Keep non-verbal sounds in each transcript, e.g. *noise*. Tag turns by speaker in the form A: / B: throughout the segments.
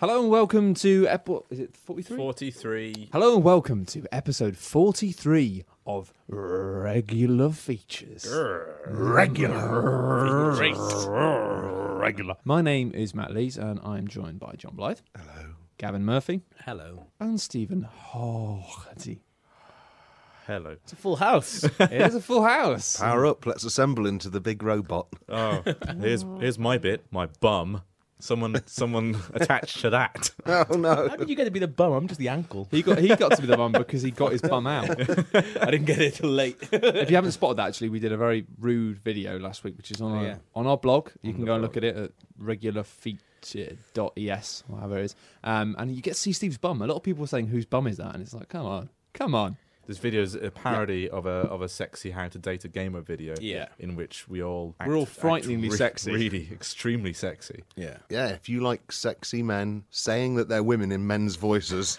A: Hello and welcome to ep- what is it 43?
B: 43.
A: Hello and welcome to episode 43 of Regular Features. Regular. Regular. My name is Matt Lees and I'm joined by John Blythe. Hello. Gavin Murphy
B: Hello.
A: and Stephen Hardy.
B: Hello.
C: It's a full house.
A: *laughs* It is a full house.
C: Mm.
D: Power up. Let's assemble into the big
C: *laughs*
D: robot.
B: Oh, here's here's my bit, my bum. Someone
C: *laughs*
B: someone attached to that.
D: Oh no.
C: How did you get to be the bum? I'm just the ankle.
A: He got he got to be the bum because he got his bum out.
C: I didn't get it till late.
A: if you haven't spotted that, actually, we did a very rude video last week, which is on our,
C: yeah.
A: Oh, on our blog. You can go and look at it at regularfeature.es, whatever it is. Um, and you get to see Steve's bum. A lot of people were saying, whose bum is that? And it's like, come on, come on.
B: This video is a parody of a of a sexy how to date a gamer video.
C: Yeah.
B: In which we all
A: We're all frighteningly sexy.
B: really extremely sexy.
C: yeah.
D: Yeah, if you like sexy men saying that they're women in men's
C: *laughs*
D: voices,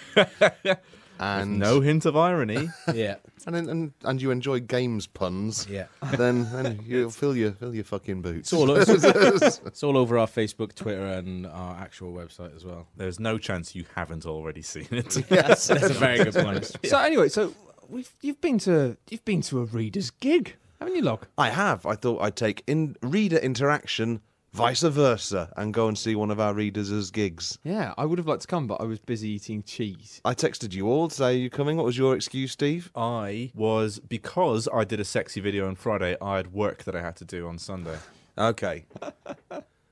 D: and
B: No hint of irony. *laughs*
C: Yeah.
D: and, and and you enjoy games puns,
C: Yeah.
D: *laughs*
C: *laughs*
D: then then you'll fill your fill your fucking boots.
C: It's all, it's, *laughs* it's all over our Facebook, Twitter, and our actual website as well.
B: There's no chance you haven't already seen
C: *laughs*
B: it.
D: yes.
C: That's a very good point.
A: So anyway, so we've you've been to you've been to a reader's gig, haven't you, Log?
D: *laughs* I have. I thought I'd take in reader interaction, vice versa, and go and see one of our readers as gigs.
A: Yeah, I would have liked to come, but I was busy eating cheese.
D: I texted you all to say, Are you coming? What was your excuse, Steve?
B: I was because I did a sexy video on Friday. I had work that I had to do on Sunday,
D: Okay.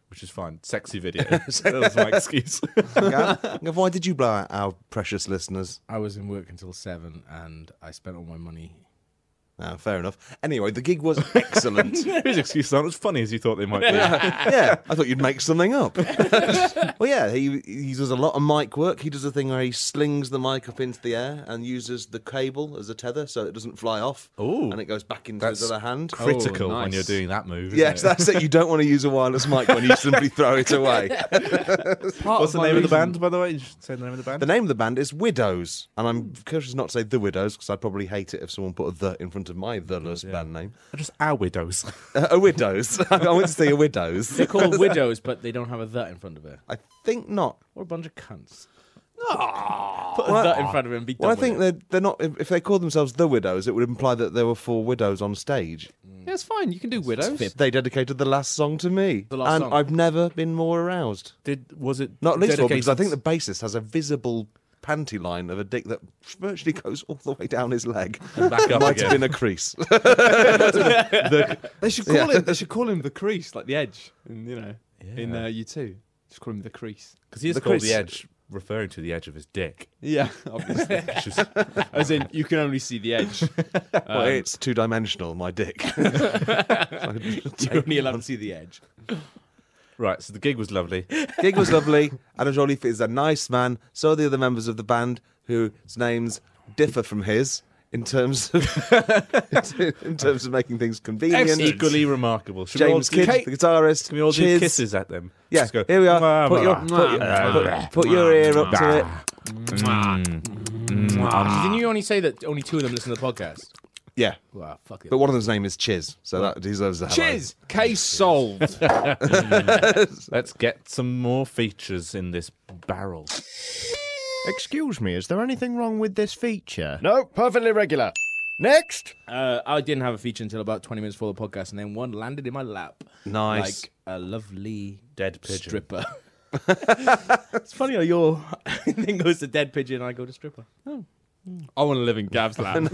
B: which is fine. Sexy
C: *laughs*
B: video. that was my excuse.
D: Why did you blow out our precious listeners?
C: I was in work until seven, and I spent all my money.
D: Ah, fair enough. Anyway, the gig was excellent.
B: His excuses aren't as funny as you thought they might be.
D: yeah, I thought you'd make something up. *laughs* well, yeah, he he does a lot of mic work. He does a thing where he slings the mic up into the air and uses the cable as a tether so it doesn't fly off.
B: Ooh.
D: and it goes back into his other hand.
B: critical
A: Oh,
B: when
A: nice.
B: you're doing that move. isn't
D: Yes,
B: it?
D: that's it. You don't want to use a wireless mic when you simply throw it
A: *laughs*
D: away.
A: Part
B: What's
A: of
B: the
A: my
B: name of
A: reason-
B: the band, by the way? You should say the name of the band.
D: The name of the band is Widows, and I'm cautious not to say The Widows because I'd probably hate it if someone put a the in front of my the less band name.
B: They're just our widows.
D: Uh, a Widows. *laughs* I want to say a Widows.
C: They're *laughs* called widows, but they don't have a that in front of it.
D: I think not.
C: What a bunch of cunts. Put a that in front of it and be done
D: Well, I
C: with
D: think
C: it.
D: they're, they're not. If if they called themselves the widows, it would imply that there were four widows on stage.
A: Yeah, it's fine. You can do widows.
C: fib.
D: They dedicated the last song to me,
C: The last
D: and
C: song.
D: I've never been more aroused.
B: Did was it
D: Not least of all
B: dedicated-
D: because I think the bassist has a visible panty line of a dick that virtually goes all the way down his
C: *laughs*
D: leg.
B: back up
D: *laughs* Might
B: again.
D: have been a crease.
A: They should call
D: Yeah.
A: him. They should call him the crease, like the edge, and you know, in uh, U two, just call him the crease.
B: because he is
D: the
B: called
D: Chris-
B: the edge, referring to the edge of his dick.
A: Yeah, obviously.
B: Which is-
A: As in, you can only see the
C: *laughs*
A: edge.
D: well,
C: Um,
D: it's two dimensional. My dick.
C: You're only allowed to see the edge.
B: right, so the gig was
D: *laughs*
B: lovely.
D: Gig was lovely. Adam Jolliffe is a nice man. So are the other members of the band, whose names differ from his in terms of *laughs* in terms of making things convenient.
B: Equally remarkable. Should
D: James
B: we all,
D: Kidd,
B: do-
D: the guitarist.
B: Can we all do
D: cheers.
B: kisses at them?
D: Yeah,
B: Just go,
D: here we
B: "Mwah,
D: are. Put your,
B: mwah." Ah.
D: put, your- put, put your ear up to it.
C: Didn't you only say that only two of them listen to the podcast?
D: Yeah,
C: Wow, fuck it.
D: but one of them's name is Chiz, so that deserves a
A: *laughs*
D: hello.
A: Cheers. Case solved.
B: Let's get some more features in this barrel.
E: Excuse me, is there anything wrong with this feature?
F: No, perfectly regular. Next.
C: Uh, I didn't have a feature until about 20 minutes before the podcast, and then one landed in my lap.
D: Nice.
C: Like a lovely
B: Dead pigeon.
C: stripper. *laughs* it's funny how your *laughs* thing goes to dead pigeon and I go to stripper.
A: I want to live in Gav's *laughs* land.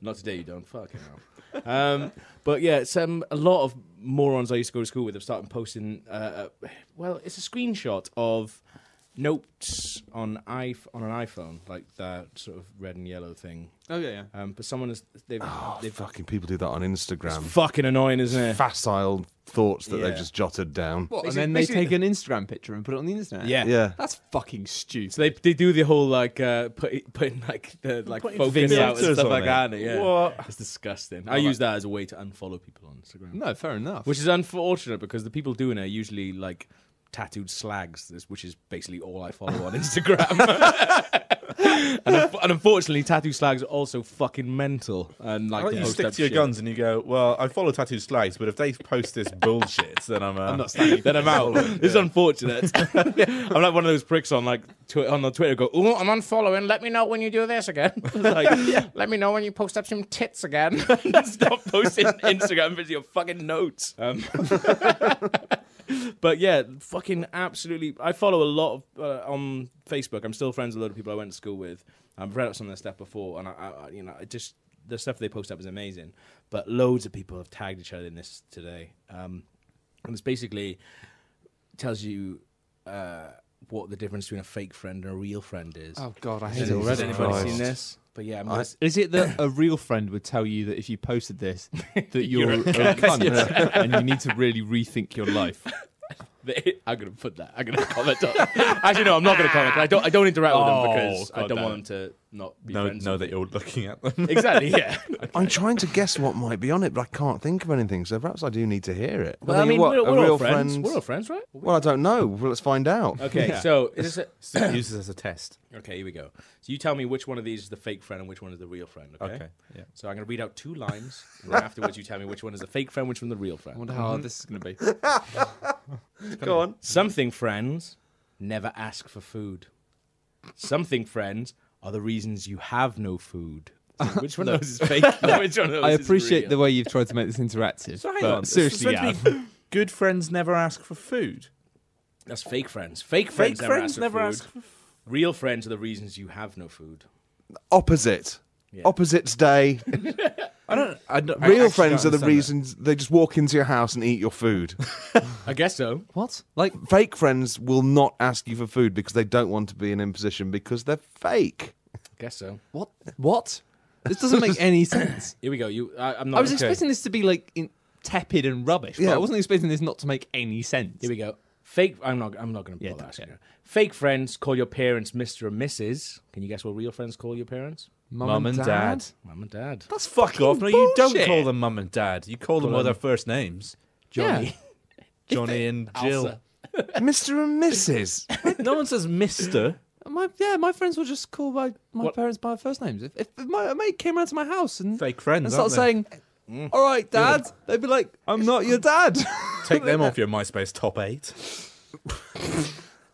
C: Not today, you don't. Fucking hell. Um, but yeah, some a lot of morons I used to go to school with have started posting. Uh, uh, well, it's a screenshot of notes on i on an iPhone, like that sort of red and yellow thing.
A: oh yeah, yeah.
C: Um, but someone has they've
D: They
C: they've
D: Oh, fucking people do that on Instagram.
C: fucking annoying, isn't it?
D: Facile thoughts that
C: Yeah.
D: they've just jotted down.
A: What, and
C: Basically-
A: then they
C: basically-
A: take an Instagram picture and put it on the internet. *laughs*
C: Yeah.
D: Yeah.
A: that's fucking stupid.
C: So they they do the whole like uh put, putting like the like focus out and
B: filters
C: stuff
B: on
C: like
B: it.
C: that. Yeah,
B: What?
C: it's disgusting. Mm. I use that as a way to unfollow people on Instagram,
A: no, fair enough.
C: which is unfortunate because the people doing it are usually like tattooed slags, this- which is basically all I follow on Instagram. *laughs* and, un- and unfortunately, tattoo slags are also fucking mental and like
B: I like
C: to
B: you
C: post
B: stick
C: up
B: to your
C: shit.
B: guns and you go, well, I follow tattoo slags, but if they post this bullshit, then I'm, uh,
C: I'm not standing. Then I'm
B: *laughs*
C: out. It's *laughs* unfortunate. I'm like one of those pricks on like tw- on the Twitter. Go, oh, I'm unfollowing. Let me know when you do this again. *laughs* It's like, let me know when you post up some tits again. *laughs* Stop posting Instagram videos, your fucking notes. Um, *laughs* but yeah, fucking absolutely. I follow a lot of uh, on Facebook. I'm still friends with a lot of people I went to school with. I've read up some of their stuff before, and I, I I- you know, it just the stuff they post up is amazing. But loads of people have tagged each other in this today, um, and it's basically tells you uh, what the difference between a fake friend and a real friend is.
A: Oh God, I hate
C: Has
A: it
C: anybody- has
A: already.
C: anybody
D: Christ.
C: seen this? But yeah, I'm
D: I-
C: gonna-
A: Is it that a real friend would tell you that if you posted *laughs* this, that you're, a cunt *laughs* and you need to really rethink your life?
C: *laughs* I'm gonna put that. I'm gonna
B: *laughs*
C: comment on. Actually, no, I'm not gonna comment. 'cause I don't. I don't interact with
B: Oh,
C: them because I
B: God
C: don't
B: damn
C: want them to not be
B: know,
C: friends.
B: know
C: with
B: that
C: me.
B: you're looking at *laughs* them.
C: exactly. Yeah.
D: I'm trying to guess what might be on it, but I can't think of anything. So perhaps I do need to hear it.
C: Well, I mean,
D: what,
C: we're,
D: a
C: we're
D: real
C: all friends.
D: friend-
C: We're all friends,
B: *laughs*
C: right?
D: Well, I don't know. Well, let's find out.
C: Okay. So is this
B: so it uses as a test.
C: a, *laughs* okay. Here we go. So you tell me which one of these is the fake friend and which one is the real friend. Okay.
B: Okay, yeah.
C: So I'm gonna read out two lines.
B: *laughs*
C: and then afterwards, you tell me which one is the fake friend, which one the real
A: I
C: friend.
A: wonder how hard this is going to be.
D: Go on.
C: Something friends never ask for food. Something friends are the reasons you have no food. So which one of those is fake? and which one of those
A: I
C: is
A: appreciate
C: real?
A: the way you've tried to make this interactive.
B: So hang
A: but
B: on.
A: seriously,
B: It's
A: Gav.
B: supposed to be Good friends never ask for food.
C: That's fake friends. Fake
B: Fake
C: friends never ask
B: friends
C: for
B: never
C: food.
B: ask for
C: Real friends are the reasons you have no food.
D: Opposite. Opposites day.
B: I don't. I don't I
D: Real
B: actually
D: friends are
B: don't understand
D: the reasons they just walk into your house and eat your food.
C: I guess so.
A: *laughs* What? Like,
D: fake friends will not ask you for food because they don't want to be in imposition because they're
A: *laughs*
D: fake.
C: I guess so.
A: what? What? This doesn't make *laughs* any sense.
C: Here we go. You, I, I'm not.
A: I was
C: okay.
A: expecting this to be like in, tepid and rubbish, but
D: Yeah.
A: I wasn't expecting this not to make any sense.
C: Here we go. Fake. I'm not. I'm not going to
A: Yeah,
C: bother asking.
A: yeah.
C: you. Fake friends call your parents Mr. and Mrs. Can you guess what real friends call your parents?
A: Mum,
B: Mum and dad.
C: Mum and Dad.
A: That's
B: Fuck off! No, you don't
A: bullshit.
B: call them mum and dad. You call them by their first names,
A: Johnny.
B: Johnny and Jill.
C: Elsa.
D: Mr. and Mrs.
B: no one says Mister.
A: My, yeah, my friends will just call my, my parents by their first names. If, if my mate came around to my house and,
B: Fake friends,
A: and started saying,
B: aren't
A: all right, dad, they'd be like, I'm not your *laughs* dad.
B: Take them off your MySpace top eight.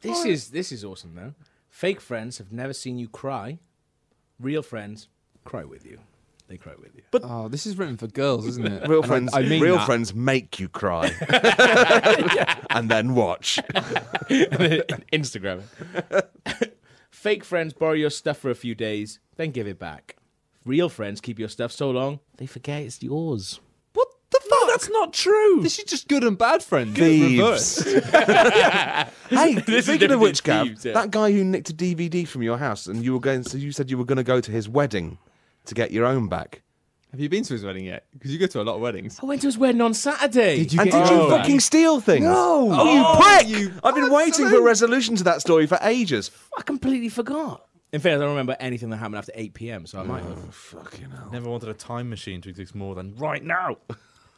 C: This is this is awesome though. Fake friends have never seen you cry. Real friends cry with you. They cry with you. But
A: oh, this is written for girls, isn't it?
D: Real
A: And I-
D: friends.
A: I, mean
D: real
A: that.
D: friends make
A: *laughs*
D: you cry, and then watch.
C: *laughs* Instagram. *laughs* Fake friends borrow your stuff for a few days, then give it back. Real friends keep your stuff so long they forget it's yours.
A: What the fuck?
B: That's not true.
A: This is just good and bad friends.
D: Thieves.
A: *laughs*
D: hey, speaking
C: different
D: of which,
C: than
D: Gav,
C: thieves, yeah.
D: that guy who nicked a DVD from your house, and you were going. So you said you were going to go to his wedding to get your own back.
A: Have you been to his wedding yet? Because you go to a lot of weddings.
C: I went to his wedding on Saturday.
A: Did you
D: And
A: get Oh.
D: did
A: your
D: you
A: own back?
D: fucking steal things? No,
A: Oh,
D: you prick!
A: you
D: I've been waiting for a
A: absolute-
D: resolution to that story for ages.
C: I completely forgot. In fact, I don't remember anything that happened after 8 p.m., so I might
A: Oh.
C: have.
D: Fucking hell.
B: Never wanted a time machine to exist more than right *laughs* now.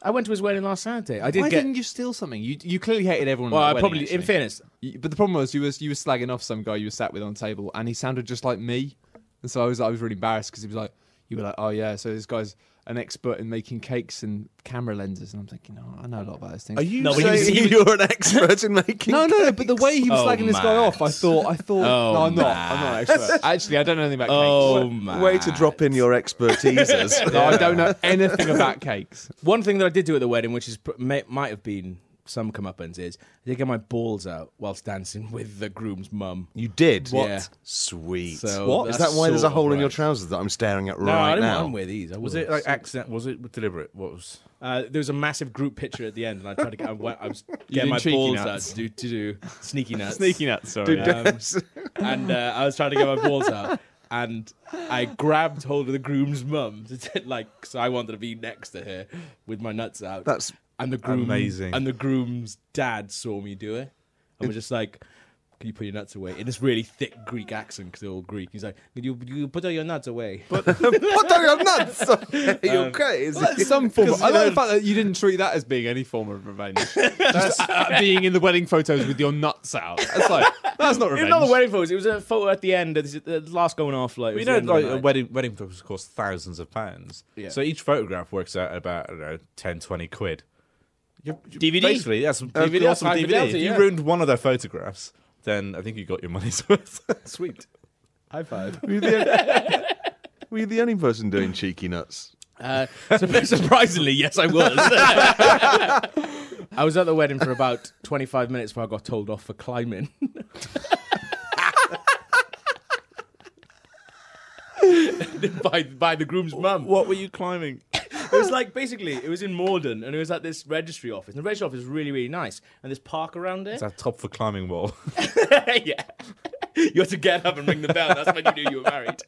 C: I went to his wedding last Saturday. I did
A: Why
C: get.
A: didn't you steal something? You you clearly hated everyone.
C: well,
A: at
C: I
A: that wedding,
C: probably, in
A: actually.
C: fairness,
A: You- But the problem was you was you were slagging off some guy you were sat with on the table, and he sounded just like me, and so I was I was really embarrassed because he was like you were like oh yeah, so this guy's an expert in making cakes and camera lenses, and I'm thinking oh I know a lot about those things.
D: Are you
C: No, but he
D: saying
C: was- he was-
D: you're an expert in making?
A: no, no, no, but the way he was
C: Oh,
A: slagging this guy off, I
C: Matt.
A: thought, I thought,
C: Oh,
A: no, I'm not, I'm not an expert. Actually, I don't know anything about
C: Oh,
A: cakes.
C: man.
D: Way to drop in your *laughs* expertises.
A: No, I don't know anything about cakes.
C: One thing that I did do at the wedding, which is pr- may, might have been some comeuppance, is I did get my balls out whilst dancing *laughs* with the groom's mum.
D: you did.
C: What? Yeah.
D: Sweet.
C: So
D: what is
C: that's
D: that? Why there's a
C: sort
D: hole
C: of
D: in your
C: right.
D: trousers that I'm staring at
C: No, I
D: right
C: didn't
D: now?
C: want to wear these. I
B: Was
C: would've.
B: it like accident? Was it deliberate? What was?
C: Uh, there was a massive group picture at the end, and I tried to get. I, went- *laughs* I was
A: did
C: getting my
A: cheeky
C: balls
A: nuts.
C: out to do, to do sneaky nuts.
A: nuts, sorry.
D: Um, *laughs*
C: and uh, I was trying to get my balls out, and I grabbed hold of the groom's mum, to t- like so I wanted to be next to her with my nuts out.
D: That's
C: and the groom,
B: amazing.
C: And the groom's dad saw me do it, and was just like, Can you put your nuts away? In this really thick Greek accent, because they're all Greek. He's like, Can you, you put all your nuts away? *laughs* But
D: What are
A: *laughs*
D: your nuts? Are you okay? Is it-
A: Um, That's some
C: *laughs*
A: form. Of, I like the fact that you didn't treat that as being any form of revenge. Just uh, being in the wedding photos with your nuts out. That's like that's
D: *laughs*
A: not
C: it's
A: revenge.
C: not the wedding photos. It was a photo at the end. of uh, The the last going off. Like, it
B: We
C: was
B: know
C: the end of
B: like
C: the
B: a
C: night.
B: wedding wedding photos cost thousands of pounds.
C: Yeah.
B: So each photograph works out about I don't know 10, 20 quid. You're, you're-
C: DVD?
B: Basically, that's some DVD.
C: course,
B: That's some
C: time for
B: DVD.
C: Delta,
B: if you
C: yeah.
B: ruined one of their photographs, then I think you got your *laughs* money's worth.
C: Sweet. High five.
D: were, you the, were you the only person doing cheeky nuts?
C: Uh, sur- *laughs* surprisingly, yes, I was. *laughs* I was at the wedding for about 25 minutes before I got told off for climbing. *laughs* by by the groom's mum.
B: what were you climbing?
C: It was like basically it was in Morden and it was at this registry office. And the registry office is really really nice and there's park around it.
B: It's a top for climbing wall.
C: *laughs* yeah. *laughs* You had to get up and ring the bell. That's when you knew you were married.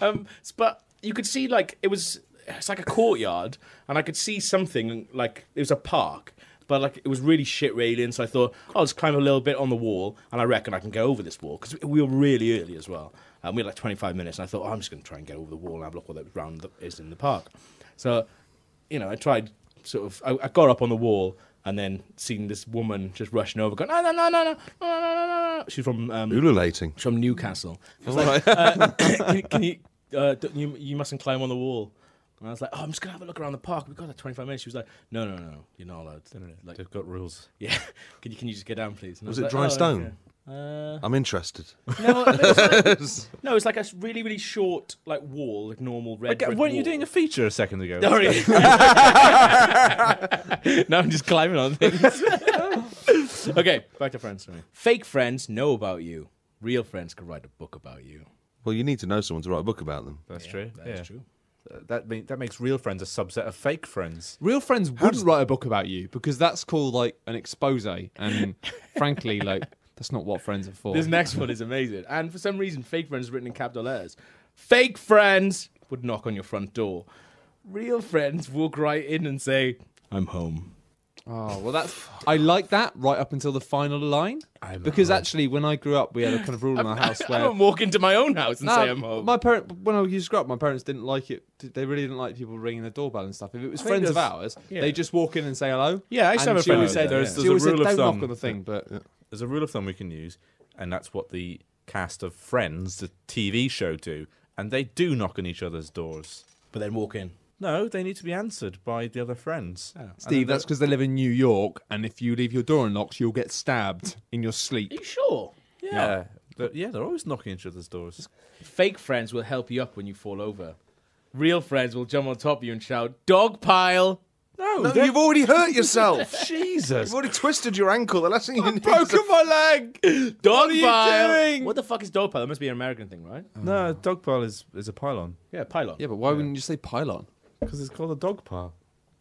C: Um, s- but you could see, like, it was, it's like a courtyard, and I could see something, like, it was a park, but, like, it was really shit railing. So I thought, I'll just climb a little bit on the wall, and I reckon I can go over this wall, because we were really early as well. And we had, like, 25 minutes, and I thought, oh, I'm just going to try and get over the wall and have a look what that round that is in the park. So, you know, I tried sort of, I, I got up on the wall and then seen this woman just rushing over, going, no, no, no, no, no, no, no, no, no, no. She's from, um,
D: Ululating.
C: she's from Newcastle. I was like, uh, *coughs* can, can you, uh, don't- you, you mustn't climb on the wall. And I was like, oh, I'm just going to have a look around the park. We've got like 25 minutes. She was like, no, no, no, you're not allowed.
B: *laughs*
C: Like,
B: They've got rules.
C: yeah, *laughs* can you, can you just get down, please? And I
D: Was it
C: like,
D: dry
C: "Oh,
D: stone?"
C: okay." Uh,
D: I'm interested.
C: no, it was like, no, it's like a really, really short, like wall, like normal red. brick
B: weren't you
C: wall.
B: doing
C: *laughs*
B: a feature a second *laughs* ago?
C: Sorry.
B: *laughs*
C: now I'm just climbing on things. *laughs* okay, back to friends. Sorry. Fake friends know about you. Real friends could write a book about you.
D: Well, you need to know someone to write a book about them.
B: That's true.
C: That's
B: yeah.
C: true.
B: Uh, That mean, that makes real friends a subset of fake friends.
A: Real friends wouldn't write a book about you because that's called like an expose, and frankly, like that's not what friends are for.
C: This next one is amazing. And for some reason, fake friends is written in capital letters. Fake friends would knock on your front door. Real friends walk right in and say, I'm home.
A: Oh well, that's I like that right up until the final line
B: I'm
A: because actually, when I grew up, we had a kind of rule in our house
C: I
A: where
C: don't walk into my own house and
A: No,
C: say I'm home.
A: My parent when I used to grow up, my parents didn't like it. They really didn't like people ringing the doorbell and stuff. If it was friends of
B: there's-
A: ours,
C: yeah.
A: they just walk in and say hello.
C: Yeah, I used to
A: And
C: have a
A: she
C: friend who
A: always
C: said that,
A: she
C: yeah.
B: There's a
A: always said,
B: rule of
A: don't knock
B: thumb."
A: on the thing, but
B: There's a rule of thumb we can use, and that's what the cast of Friends, the TV show, do. And they do knock on each other's doors.
C: but then walk in.
B: No, they need to be answered by the other friends.
A: Steve, that's because they live in New York, and if you leave your door unlocked, you'll get stabbed in your sleep.
C: Are you sure?
B: yeah, But yeah, they're always knocking each other's doors.
C: Fake friends will help you up when you fall over. Real friends will jump on top of you and shout, dog pile.
B: No,
D: No, you've already hurt yourself.
B: Jesus. *laughs*
D: You've already twisted your ankle. The last thing you need is
A: Broken my leg.
C: Dog
A: are you doing?
C: What the fuck is dog pile? That must be an American thing, right?
B: No, a dog pile is, is a pylon
C: Yeah, pylon.
A: Yeah, but why wouldn't you say pylon?
B: because it's called a dog pile.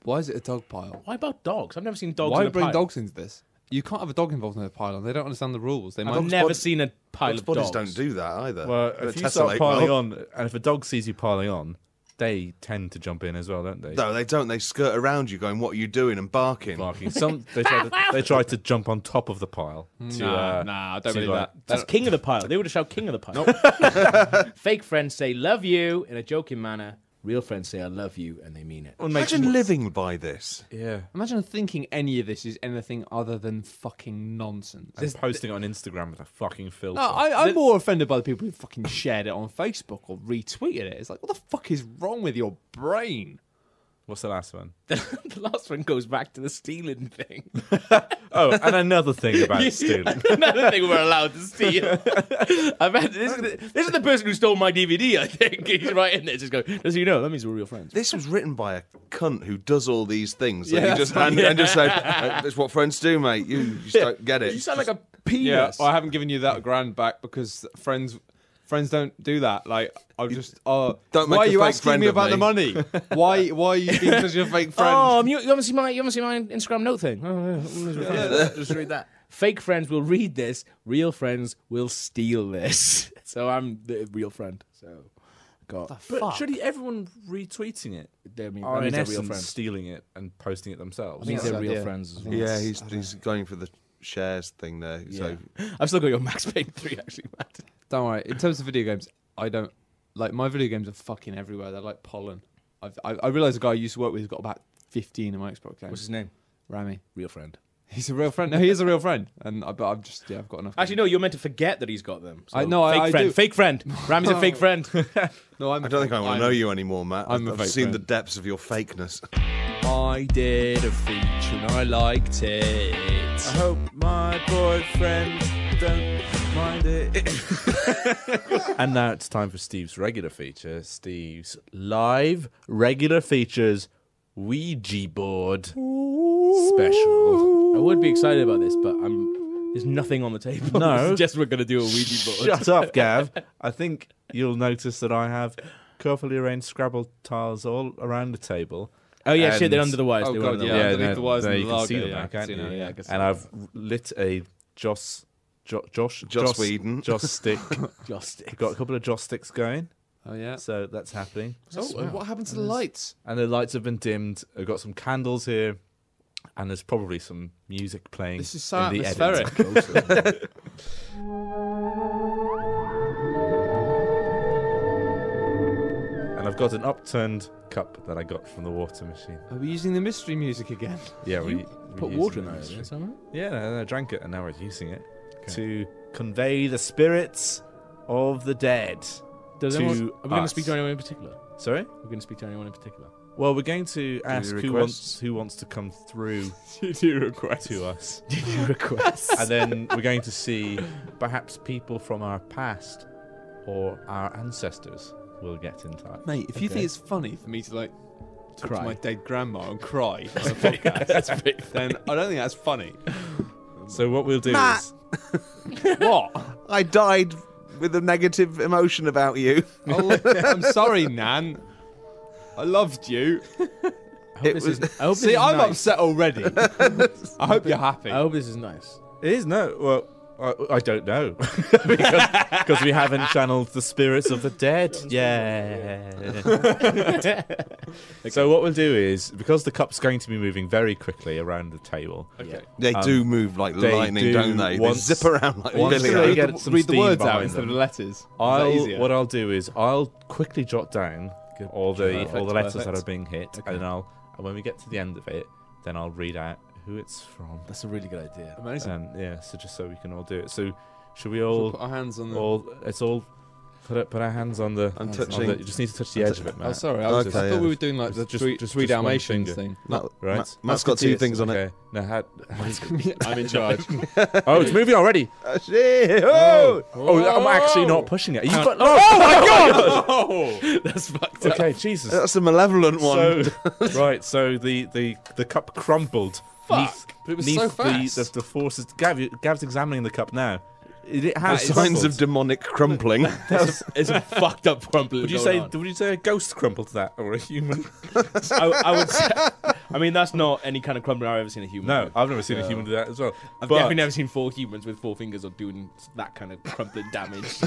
A: Why is it a dog pile?
C: Why about dogs? I've never seen dogs
A: Why
C: in a
A: bring
C: pile.
A: dogs into this? You can't have a dog involved in a pylon. They don't understand the rules. They
C: I've
A: might
C: never
D: bod-
C: seen a pile
D: Dogs'
C: of
D: bodies
C: dogs.
D: don't do that either.
B: Well,
D: They
B: if you
D: tessellate
B: start piling
D: well.
B: on, and if a dog sees you piling on, they tend to jump in as well, don't they?
D: No, they don't. They skirt around you, going, "What are you doing?" and barking.
B: Barking. Some they *laughs* try, to, they try to jump on top of the pile. To,
A: Nah,
B: uh,
A: nah, I don't
B: to,
A: believe
B: like,
A: that.
C: That's king of the pile. They would have shouted king of the pile. *laughs* Fake friends say love you in a joking manner. Real friends say I love you and they mean it.
B: Well, makes-
D: Imagine living by this.
B: Yeah.
A: Imagine thinking any of this is anything other than fucking nonsense.
B: And posting it on Instagram with a fucking filter.
A: No, I, I'm more offended by the people who fucking shared it on Facebook or retweeted it. It's like, what the fuck is wrong with your brain?
B: What's the last one?
C: *laughs* the last one goes back to the stealing thing. *laughs*
B: Oh, and another *laughs* thing about stealing.
C: Another thing we're allowed to steal. *laughs* I've had, this, is the, this is the person who stole my DVD, I think. He's right in there. Just go, just so you know, that means we're real friends.
D: This was written by a cunt who does all these things.
A: Yeah,
D: Yeah, you
A: that's
D: just and, and just say, "That's what friends do, mate." You, you just don't get it.
C: You sound like a
A: Yeah,
C: penis.
A: I haven't given you that grand back because friends friends don't do that. Like, I'm just, uh,
D: Don't
A: why
D: make
A: are
D: a
A: you
D: fake
A: asking
D: friend
A: me
D: of
A: about the money?
D: me. *laughs*
A: why why are you being such a fake *laughs* friend?
C: Oh, um, you, you haven't seen my you haven't seen my Instagram note thing. Oh, yeah. Just read that. Fake friends will read this. Real friends will steal this. *laughs* So I'm the real friend. So, God,
B: But surely everyone retweeting it
C: I mean,
B: are
C: that means
B: in
C: they're real
B: essence
C: friends.
B: stealing it and posting it themselves.
C: Means
A: that's
C: they're
A: the
C: real
A: idea.
C: friends. As well. *laughs*
D: yeah, he's, he's going for the shares thing there. So
C: I've still got your Max Payne 3, actually, Matt.
A: Don't worry. In terms of video games, I don't like my video games are fucking everywhere. They're like pollen. I've, I, I realized a guy I used to work with who's got about fifteen of my Xbox games.
C: What's his name?
A: Rami. *laughs*
C: Real friend.
A: He's a real friend. No, he is a real friend. And I, but I've just yeah, I've got enough.
C: Actually, no, you're meant to forget that he's got them. So
A: I- no, I-
C: fake
A: I
C: friend.
A: do.
C: Fake friend. Rami's a fake friend. *laughs*
A: no, I'm
D: I don't think I want to know you anymore, Matt.
A: I'm a
D: I've
A: fake
D: seen the
A: friend.
D: depths of your fakeness.
G: I did a feature and I liked it.
B: I hope my boyfriend don't mind it. and now it's time for Steve's regular feature. Steve's live regular features Ouija board special.
C: I would be excited about this, but I'm. There's nothing on the table. *laughs*
B: No.
C: just we're gonna do a
B: *laughs*
C: Ouija board.
B: Shut
C: *laughs*
B: up, Gav. I think you'll notice that I have carefully arranged Scrabble tiles all around the table.
C: Oh yeah, shit.
B: And-
C: They're under the wires.
A: Oh,
C: they were
A: God,
C: under
A: yeah.
C: the wires.
A: underneath the wires
B: there
A: and
B: you
A: the
B: can see
A: lager,
B: them
A: yeah, I
B: now,
A: can
B: can't
A: see
B: you?
A: now, yeah, I can see
B: and I've lit a Joss, jo- Josh,
D: Joss Whedon.
A: *laughs*
B: Joss stick.
C: Just
B: I've got a couple of Joss sticks going,
A: Oh yeah.
B: so that's happening.
A: What happened to the lights?
B: And the lights have been dimmed. I've got some candles here, and there's probably some music playing.
A: This is so
B: in the edit.
A: atmospheric.
B: *laughs* And I've got an upturned cup that I got from the water machine.
A: Are we using the mystery music
B: *laughs*
A: again?
B: Yeah, we we
C: put
B: used it
C: water in that.
B: actually.
C: Is that right?
B: Yeah, no, no, I drank it, and now we're using it to convey the spirits of the dead.
C: Does
B: To
C: anyone, are we going to
B: us.
C: speak to anyone in particular?
B: Sorry.
C: We're going to speak to anyone in particular.
B: Well, we're going to ask who
D: requests?
B: wants who wants to come through
A: Do request.
B: to us,
C: Request.
B: and then we're going to see perhaps people from our past or our ancestors will get in
A: *laughs*
B: touch.
A: Mate, if you
B: Okay.
A: think it's funny for me to like talk
C: Cry.
A: to my dead grandma and cry on a
B: *laughs*
A: podcast, then I don't think that's funny.
B: So what we'll do
D: Matt!
B: is
C: *laughs*
A: what?
D: I died with a negative emotion about you.
A: Oh, *laughs* I'm sorry, Nan. I loved you.
D: It
C: This
D: was.
C: is, I hope
A: See,
C: this is
A: I'm
C: nice.
A: upset already. I hope you're
B: *laughs*
A: happy.
C: I hope this is nice.
B: it is no well. I, I don't know *laughs* because, because we haven't channeled the spirits of the dead. Yeah. *laughs* So what we'll do is because the cup's going to be moving very quickly around the table.
A: Okay.
D: They
B: Um,
D: do move like
B: they
D: lightning,
B: do
D: don't they? They
B: once-
D: zip around like
B: once
D: Billy.
B: they
D: Elliot.
B: get
A: the,
B: some
A: read the
B: steam
A: words out
B: behind
A: instead of
B: them.
A: the letters. Is that
B: I'll
A: easier?
B: what I'll do is I'll quickly jot down all the all
A: Perfect,
B: the letters that
A: perfect.
B: are being hit, and I'll and when we get to the end of it, then I'll read out who it's from.
C: That's a really good idea.
A: Amazing.
B: Um, yeah, so just so we can all do it. So should we
A: We'll
B: all
A: put our hands on the.
B: all it's all put it, put our hands on the.
D: I'm
B: on
D: touching-
B: the- you just need to touch the
D: I'm
B: edge of it, Matt.
A: Oh, sorry. I, was
D: Okay,
A: I
D: yeah.
A: thought we were doing like the
B: Just-
A: three,
B: just-
A: three
B: just one
A: Dalmatians
B: finger.
A: thing.
B: *laughs*
A: *laughs*
D: Matt,
B: right.
D: Matt, Matt's got two things on it.
B: Okay. Now, how,
A: I'm in charge.
B: oh, it's moving already.
D: Oh, shit. Oh!
B: Oh, I'm actually not pushing it. You've got, *laughs* oh,
C: That's fucked up.
B: okay, Jesus.
D: That's a malevolent one. *laughs*
B: So,
C: *laughs*
B: right, so the, the, the cup crumpled. Neath,
A: But it was
B: neath
A: so fast.
B: The, the, the forces. Gav, you- Gav's examining the cup now. It, it has
D: Signs of
B: crumpled.
D: demonic
B: *laughs*
D: crumpling.
C: *laughs* It's a fucked up crumple.
B: Would you say would you say a ghost crumpled that or a
C: *laughs*
B: human?
C: I, I would. Say, *laughs* I mean, that's not any kind of crumbling I've ever seen a human.
B: No,
C: do.
B: I've never seen a human do that as well.
C: I've
B: But-
C: definitely never seen four humans with four fingers or doing that kind of crumpling damage.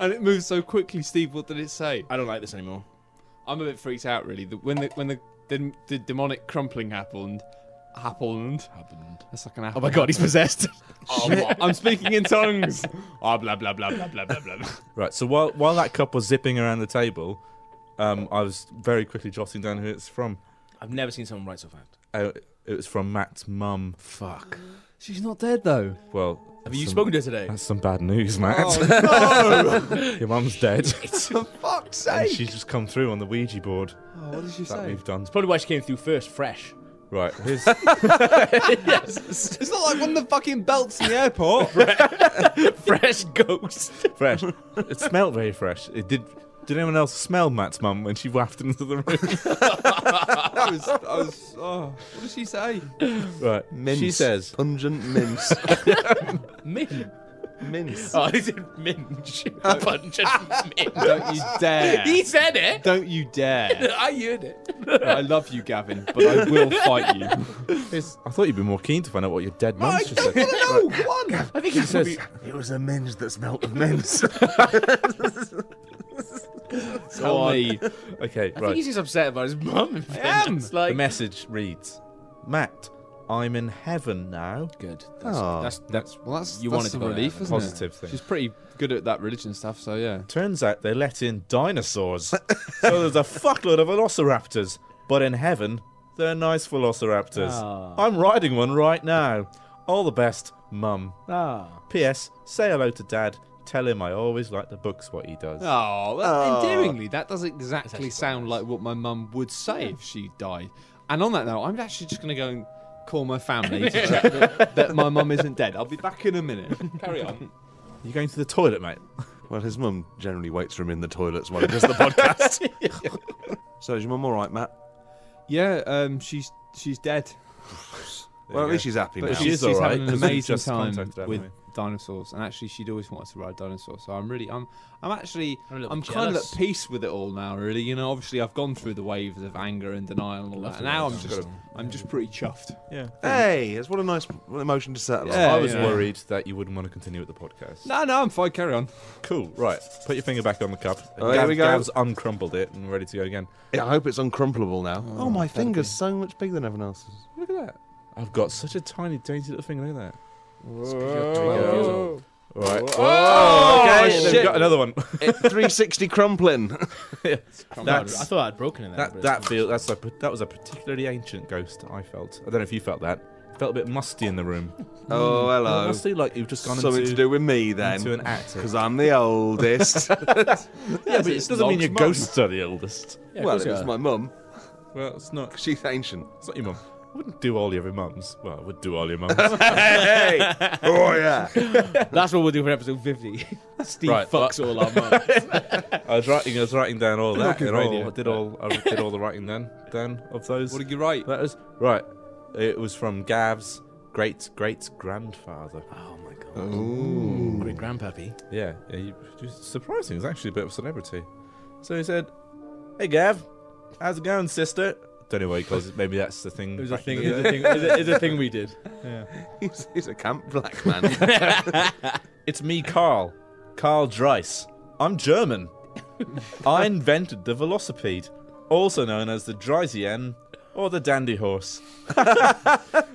A: and it moves so quickly, Steve. What did it say?
C: I don't like this anymore.
A: I'm a bit freaked out, really. The, when the when the, the the demonic crumpling happened, happened.
C: Happened.
A: That's like an apple.
C: Oh my god, he's possessed.
A: Oh, *laughs* I'm speaking in tongues. Ah, blah blah blah blah blah blah blah.
B: Right, so while while that cup was zipping around the table, um, I was very quickly jotting down who it's from.
C: I've never seen someone write so fast.
B: Uh, it was from Matt's mum.
C: Fuck.
A: She's not dead though.
B: Well,
C: Have you
B: some-
C: spoken to Oh, her today?
B: That's some bad news, Matt. *laughs* Your mum's dead.
D: For fuck's
B: and
D: sake!
B: she's just come through on the Ouija board
A: Oh, what did she
B: that
A: say?
B: we've done.
C: Probably why she came through first, fresh. *laughs*
B: Right, here's,
A: It's not like one of the fucking belts in the airport.
C: Fresh ghost.
B: fresh. It smelled very fresh. It did. Did anyone else smell Matt's mum when she wafted into the
D: *laughs*
B: room?
A: *laughs* I was, I was. Oh, what did she say?
B: right.
D: Mince.
B: She says,
D: Pungent
B: *laughs*
D: mince. Ah.
C: Min.
D: mince.
C: Oh, is it *laughs* minge? A bunch of minge.
A: Don't you *laughs* dare!
C: He said it.
A: Don't you dare!
C: I heard it.
A: I love you, Gavin, but I will fight *laughs* you.
B: "Here's- "I thought you'd be more keen to find out what your dead mum just said."
C: I think he says.
D: It was a mince that smelt
B: *laughs*
D: of mince.
C: Tell me.
B: Okay,
C: I think
B: right.
C: he's just upset about his mum. in fairness. Like,
B: The message reads Matt, I'm in heaven now.
C: Good. That's
D: Oh.
C: that's, that's
A: Well, that's
C: You
A: that's
C: wanted to
A: some uh,
C: go there,
A: relief,
C: then.
A: isn't
B: Positive
A: it?
B: thing.
A: She's pretty good at that religion stuff, so yeah.
B: Turns out they let in dinosaurs. so there's a fuckload of velociraptors. But in heaven, they're nice velociraptors.
C: Ah.
B: I'm riding one right now. All the best, Mum.
C: ah.
B: P.S. Say hello to Dad. Tell him I always like the books what he does.
A: Oh, well, endearingly, that does exactly sound like what my mum would say if she died. And on that note, I'm actually just going to go and call my family *laughs* to check that, that my mum isn't dead. I'll be back in a minute. Carry on.
B: You going to the toilet, mate?
D: Well, his mum generally waits for him in the toilets while he does
B: *laughs*
D: the podcast. so is your mum all right, Matt?
A: *laughs* Yeah, um, she's she's dead,
D: well, at least she's happy
A: but
D: now.
B: she
A: she's,
B: is
A: she's
B: all right,
A: having an
B: 'cause we've
A: amazing
B: just
A: time
B: contacted her,
A: with
B: haven't
A: dinosaurs. And actually, she'd always wanted to ride dinosaurs. So I'm really, I'm, I'm actually, I'm,
C: little bit
A: kind of at
C: jealous.
A: peace with it all now. Really, you know, obviously, I've gone through the waves of anger and denial and all that. And now I'm just, I'm just pretty chuffed.
B: Yeah.
D: hey, that's what a nice emotion to settle on.
A: Yeah,
B: I was
A: yeah.
B: worried that you wouldn't want to continue with the podcast.
A: No, no, I'm fine. Carry on.
B: Cool. Right. Put your finger back on the cup.
D: Oh, here we go.
B: Gav's uncrumpled it and ready to go again.
D: I hope it's uncrumpleable now. Oh, my finger's so much bigger than everyone else's.
A: Look at that.
B: I've got such a tiny, dainty little finger. Look at that.
A: Whoa.
B: All right. Oh,
D: Oh,
B: okay, they've got another one.
D: *laughs* 360 crumpling.
C: I thought I'd broken it. Then,
B: That that feel that's a, that was a particularly ancient ghost. I felt. I don't know if you felt that. Felt a bit musty in the room. Uh,
D: Oh, hello.
B: Musty, like you've just gone
D: Something
B: into
D: to do with me then.
B: into an actor. *laughs*
D: Because I'm the oldest.
B: Yeah, but it doesn't mean
A: Log's
B: your
A: mum.
B: ghosts are the eldest.
D: well, it was my mum.
B: Well, it's not.
D: She's ancient.
B: It's not your mum. I wouldn't do all your mums. Well, I would do all your mums.
D: hey! *laughs* Oh, yeah.
C: that's what we'll do for episode *laughs* fifty. Steve
B: Right,
C: fucks all our *laughs* money.
B: I was writing. I was writing down all that.
A: Looking
B: And all,
A: radio.
B: I did *laughs* all. I did all the writing then. Then of those
A: What did you write?
B: letters. Right. It was from Gav's great great grandfather.
C: oh my god. Great grandpappy.
B: Yeah, yeah, he, he was surprising. He's actually a bit of a celebrity. So he said, "Hey, Gav, how's it going, sister?" Don't know why he calls it. Maybe that's the thing.
G: It was a
B: back in
G: thing. It was
B: the day.
G: a thing. It was a, it was a thing we did.
D: He's, he's a camp black man.
B: It's me, Carl. Carl Dreiss.
G: *laughs*
B: I'm German. I invented the velocipede, also known as the Dreisien or the dandy horse. *laughs*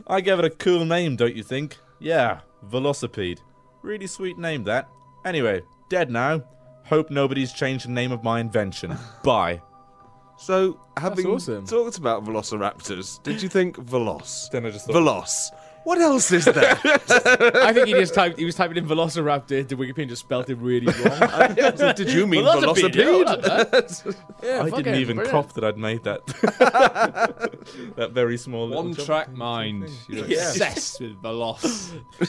B: I gave it a cool name, don't you think? Yeah, velocipede. Really sweet name, that. Anyway, dead now. Hope nobody's changed the name of
G: *laughs*
B: my invention. Bye.
D: so, having
G: awesome.
D: talked about velociraptors, did you think veloce?
B: Then I just thought,
D: Veloce. What else is there?
G: I think he just typed. He was typing in Velociraptor. The Wikipedia just spelled it really
A: *laughs*
G: wrong.
D: did you mean
G: Velocipede,
A: Oh,
D: velocipede?
B: I didn't even cop that I'd made that. *laughs* that very small little
A: One
B: job.
A: track mind. You're
B: Yeah.
A: obsessed with Veloc.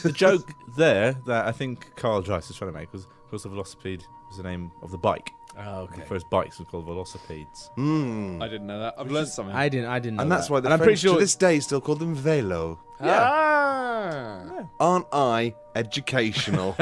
B: the joke there that I think Carl Dreiss was trying to make was, of course, the Velocipede was the name of the bike.
C: *laughs* Oh, okay.
B: The first bikes were called Velocipedes.
D: Mm.
A: I didn't know that. I've learned something.
C: I didn't. I didn't. Know
D: And that's
C: that.
D: why the
C: And I'm pretty
D: French
C: sure
D: to this day still call them velo.
C: Ah.
D: Aren't I educational?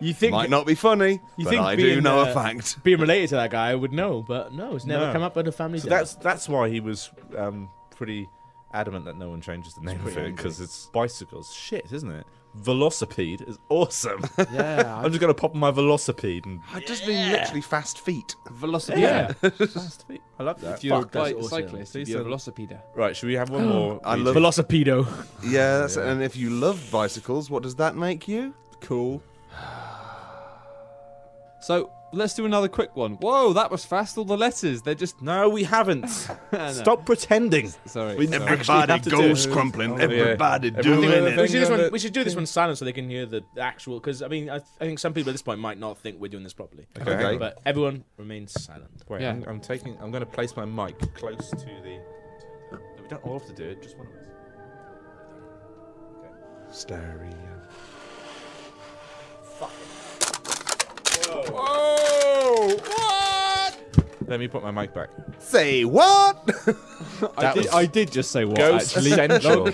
C: You think
D: Might not be funny,
C: You
D: but
C: think
D: I do
C: being,
D: know a
C: uh,
D: fact.
C: being related to that guy, I would know, but no, it's never
B: No.
C: come up in a family.
B: So
C: dinner.
B: that's that's why he was um, pretty adamant that no one changes the name of it because it's bicycles. Shit, isn't it? Velocipede is awesome.
C: yeah.
B: I'm just gonna pop on my Velocipede and
D: I just mean literally fast feet.
A: Velocipede.
C: yeah.
B: *laughs* I love that.
A: If you're
C: Fuck,
A: a
C: that's
A: bike
C: awesome.
A: cyclist, you'd be a
B: Decent.
A: velocipeder.
B: *laughs* Right, should we have one more?
D: I
B: Ouija?
D: love-
C: Velocipedo.
D: Yeah, that's, and if you love bicycles, what does that make you?
A: Cool. So let's do another quick one. Whoa, that was fast. All the letters. They're just.
B: No, we haven't.
A: No.
B: Stop pretending.
A: Sorry.
B: We
A: sorry.
B: never actually have to do it. Oh,
D: crumpling.
B: yeah. Everyone doing it.
C: we, should do this
B: on
C: one,
B: the-
C: we should do this one silent so they can hear the actual. Because I mean, I, I think some people at this point might not think we're doing this properly.
D: Okay.
C: But everyone remains silent.
B: Wait,
A: Yeah.
B: I'm, I'm taking. I'm going to place my mic close to the. We don't all have to do it. Just one of us.
D: Stereo.
B: Let me put my mic back.
D: Say what?
A: I, did,
B: was-
A: I did just say what.
B: Ghost
A: actually.
B: central.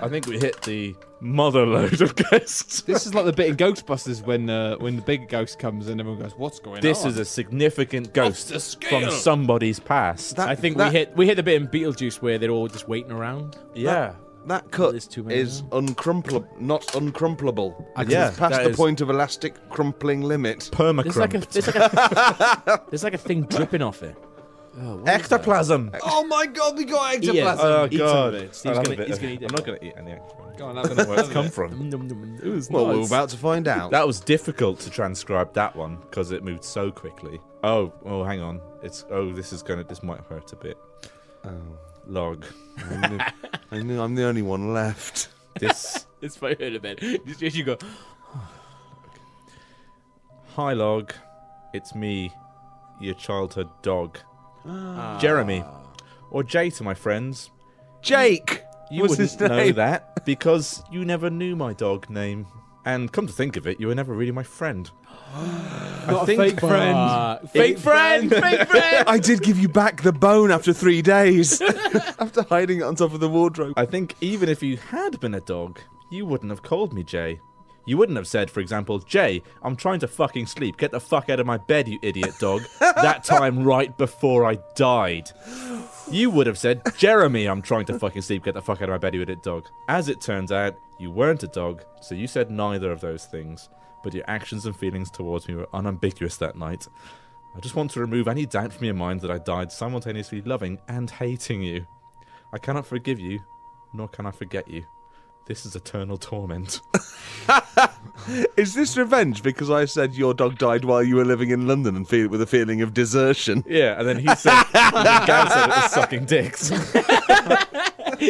B: I think we hit the mother load of ghosts.
A: This is like the bit in Ghostbusters when uh, when the big ghost comes and everyone goes, "What's going
B: This
A: on?" *laughs*
B: is a significant ghost from somebody's past.
D: That-
C: I think
D: that-
C: we hit we hit the bit in Beetlejuice where they're all just waiting around.
B: yeah.
D: That cut
C: There's too many
D: is uncrumplable, not uncrumplable. It
B: Yeah,
D: is past
B: that
D: the
B: is-
D: point of elastic crumpling limit.
B: Permacrump.
C: *laughs* There's like a there's like a, there's like a thing dripping off it.
B: Ectoplasm.
A: Oh my god, we got ectoplasm.
B: Oh
C: Eat some
B: god.
C: of it. Steve's gonna- he's gonna eat it.
B: I'm not going to eat any ectoplasm.
A: Go on, have another
B: Where
A: *laughs*
B: it's
A: one.
B: come from?
D: Well, we're about to find out.
B: That was difficult to transcribe that one because it moved so quickly. Oh, oh, hang on. It's oh, this is gonna. This might hurt a bit.
D: Oh.
B: Log.
D: I knew, I knew I'm the only one left. *laughs*
A: *laughs*
B: This
C: It's very hurt a bit. Just as you go,
B: hi log. It's me, your childhood dog,
A: Ah.
B: Jeremy, or Jay to my friends.
A: Jake.
B: You
A: What's
B: wouldn't
A: his
B: know
A: name?
B: that because you never knew my dog name. And come to think of it, you were never really my friend.
A: Not a fake friend.
C: Uh, fake friend,
D: *laughs*
C: fake friend.
D: I did give you back the bone after three days, *laughs* after hiding it on top of the wardrobe.
B: I think even if you had been a dog, you wouldn't have called me Jay. You wouldn't have said, for example, Jay, I'm trying to fucking sleep. Get the fuck out of my bed, you idiot dog. that time right before I died. You would have said, Jeremy, I'm trying to fucking sleep. Get the fuck out of my bed, you idiot dog. As it turns out, you weren't a dog, so you said neither of those things. But your actions and feelings towards me were unambiguous that night. I just want to remove any doubt from your mind that I died simultaneously loving and hating you. I cannot forgive you, nor can I forget you. This is eternal torment. *laughs*
D: Is this revenge because I said your dog died while you were living in London and feel with a feeling of desertion?
B: Yeah, and then he said, *laughs* and Gav said it was sucking
D: *laughs*
B: dicks.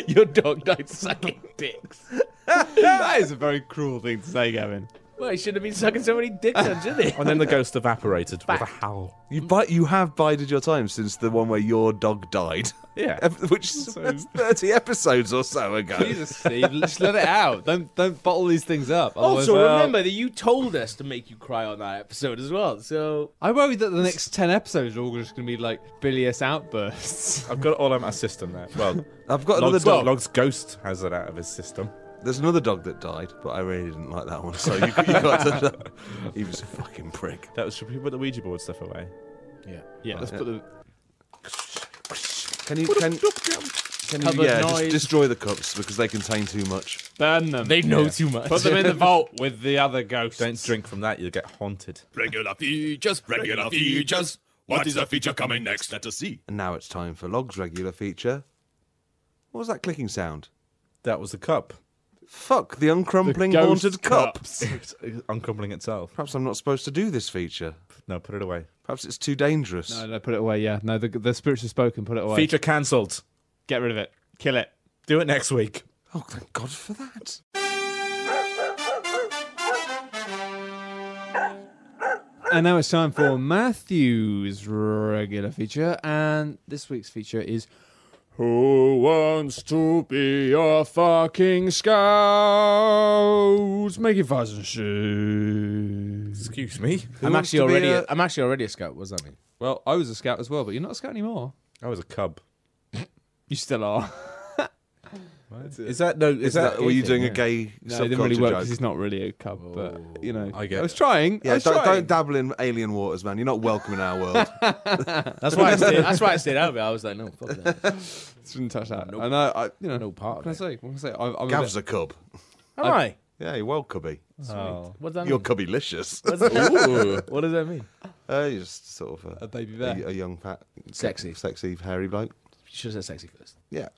C: Your dog died sucking dicks.
A: *laughs* that is a very cruel thing to say, Gavin.
C: Well, he should have been sucking so many dicks, on, shouldn't he?
B: And then the ghost evaporated with a howl.
D: You bite, you have bided your time since the one where your dog died,
B: Yeah.
D: *laughs* Ev- which is that's thirty episodes or so ago.
A: Jesus, Steve, just let it out. Don't don't bottle these things up. otherwise-
C: Also,
A: Oh, Well,
C: Oh, remember that you told us to make you cry on that episode as well. So
A: I worry that the next ten episodes are all just going to be like bilious outbursts.
B: I've got it all out of my system now. Well,
D: I've got another
B: Log's,
D: dog.
B: Log's ghost has it out of his system.
D: There's another dog that died, but I really didn't like that one. So you, you
A: *laughs*
D: got to. He was a fucking prick.
B: That was, should we put the Ouija board stuff away?
A: *laughs* Yeah, let's put the
D: Can you can, can you,
C: Covered
D: yeah just
C: noise.
D: destroy the cups because they contain too much.
A: burn them.
C: they know too much.
A: Put them in the vault with the other ghosts.
B: Don't drink from that, you'll get haunted.
G: Regular features, regular features. What is the feature coming next? Let us see.
D: And now it's time for Log's regular feature. What was that clicking sound?
B: That was the cup. *laughs*
D: Fuck the uncrumpling
A: ghost
D: haunted cup.
B: It's uncumbling itself.
D: Perhaps I'm not supposed to do this feature.
B: No, put it away.
D: Perhaps it's too dangerous.
A: No, no, put it away. Yeah, no, the the spirits have spoken. Put it away.
B: Feature cancelled.
A: Get rid of it. Kill it.
B: Do it next week.
D: Oh, thank God for that.
A: And now it's time for Matthew's regular feature, and this week's feature is
G: Who wants to be a fucking scout?
A: Who's making fires and shit?
B: Excuse me.
C: I'm
D: wants
C: actually
D: to be
C: already.
D: a-
C: A... I'm actually already a scout. What's that mean?
A: Well, I was a scout as well, but you're not a scout anymore.
B: I was a cub.
A: You still are.
B: Is that no? Is,
D: Is that, were you doing
B: yeah.
D: a gay
A: No,
D: subculture
A: it didn't really work
D: joke?
A: because he's not really a cub, but you know,
B: I get
A: I was trying. I
D: Yeah,
A: was
D: don't,
A: trying.
D: don't dabble in alien waters, man. You're not welcome in our
A: *laughs*
D: world.
C: That's why I stayed. That's why I stayed out of it. I was like, no, fuck *laughs* that.
A: Shouldn't touch that. I know. I, you know,
C: No part
A: What can I
C: of
A: say? What
C: it.
A: can I say? I, I'm a
D: Gav's
A: bit-
D: a cub.
C: Am I?
D: Yeah, you're well cubby.
B: Oh.
C: What's that
D: You're
C: mean?
A: Mm.
D: cubbylicious. *laughs*
C: What's that- Ooh, what does that mean?
D: Uh, you're just sort of
A: a
D: a,
A: baby
D: a,
A: bear.
D: a young, fat,
C: Sexy.
D: sexy, hairy bloke.
C: Should have said sexy first.
D: Yeah.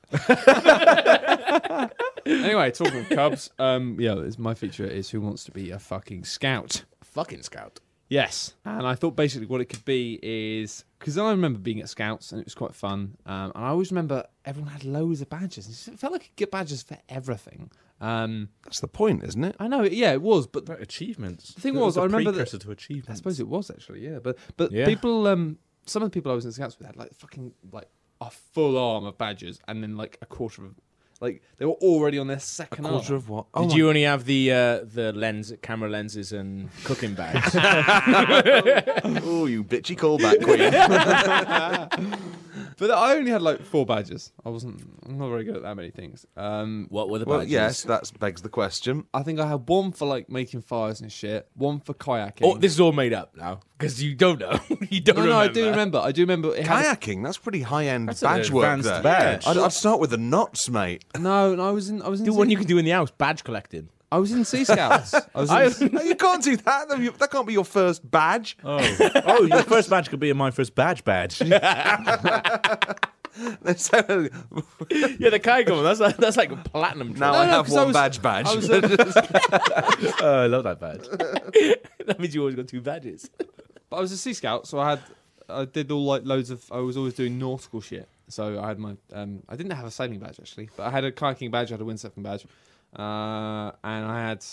A: anyway, talking of cubs, um, yeah, it's, my feature is who wants to be a fucking scout.
C: Fucking scout.
A: Yes. And I thought basically what it could be is because I remember being at Scouts and it was quite fun. Um, and I always remember everyone had loads of badges. and It felt like you could get badges for everything. Um,
D: That's the point, isn't it?
A: I know, yeah, it was, but
B: About achievements.
A: The thing
B: That
A: was,
B: a
A: I remember that-
B: precursor to
A: I
B: achievements.
A: suppose it was actually, yeah. But but
B: Yeah.
A: people, um, some of the people I was in scouts with had like fucking like a full arm of badges, and then like a quarter of, like they were already on their second
D: Quarter
A: arm.
D: of what? Oh,
C: Did
D: my-
C: you only have the uh, the lens, camera lenses, and cooking bags?
D: Oh, you
A: *laughs*
D: bitchy callback queen.
A: But I only had like four badges. I wasn't. I'm not very good at that many things. Um,
C: what were the
D: well,
C: badges?
D: yes, that begs the question.
A: I think I had one for like making fires and shit. One for kayaking.
C: Oh, this is all made up now because you don't know. *laughs* you don't
A: no,
C: remember.
A: no, I do remember. I do remember. It had a-
D: Kayaking, that's pretty high end
B: an
D: badge work
B: advanced
D: there.
B: badge.
D: I'd, I'd start with the knots, mate. *laughs*
A: no, no, I was in. I was in.
C: Do one you can do in the house. Badge collecting.
A: I I was in Sea
C: *laughs*
A: Scouts. I was in,
D: No, you can't do that. That- you- That can't be your first badge. *laughs*
B: Oh, *laughs* oh, your first badge could be in my first badge badge.
D: So,
C: yeah, the Kaigon. That's like, that's like a platinum.
D: now
A: No,
D: I
A: no,
D: have
A: 'cause I
D: one
A: was-
D: badge badge.
A: I was
D: *laughs*
A: in,
B: oh, I love that badge.
C: *laughs* that means you always got two badges.
A: but I was a Sea Scout, so I had I did all like loads of I was always doing nautical shit. So I had my um I didn't have a sailing badge actually, but I had a kayaking badge, I had a windsurfing badge, uh, and I had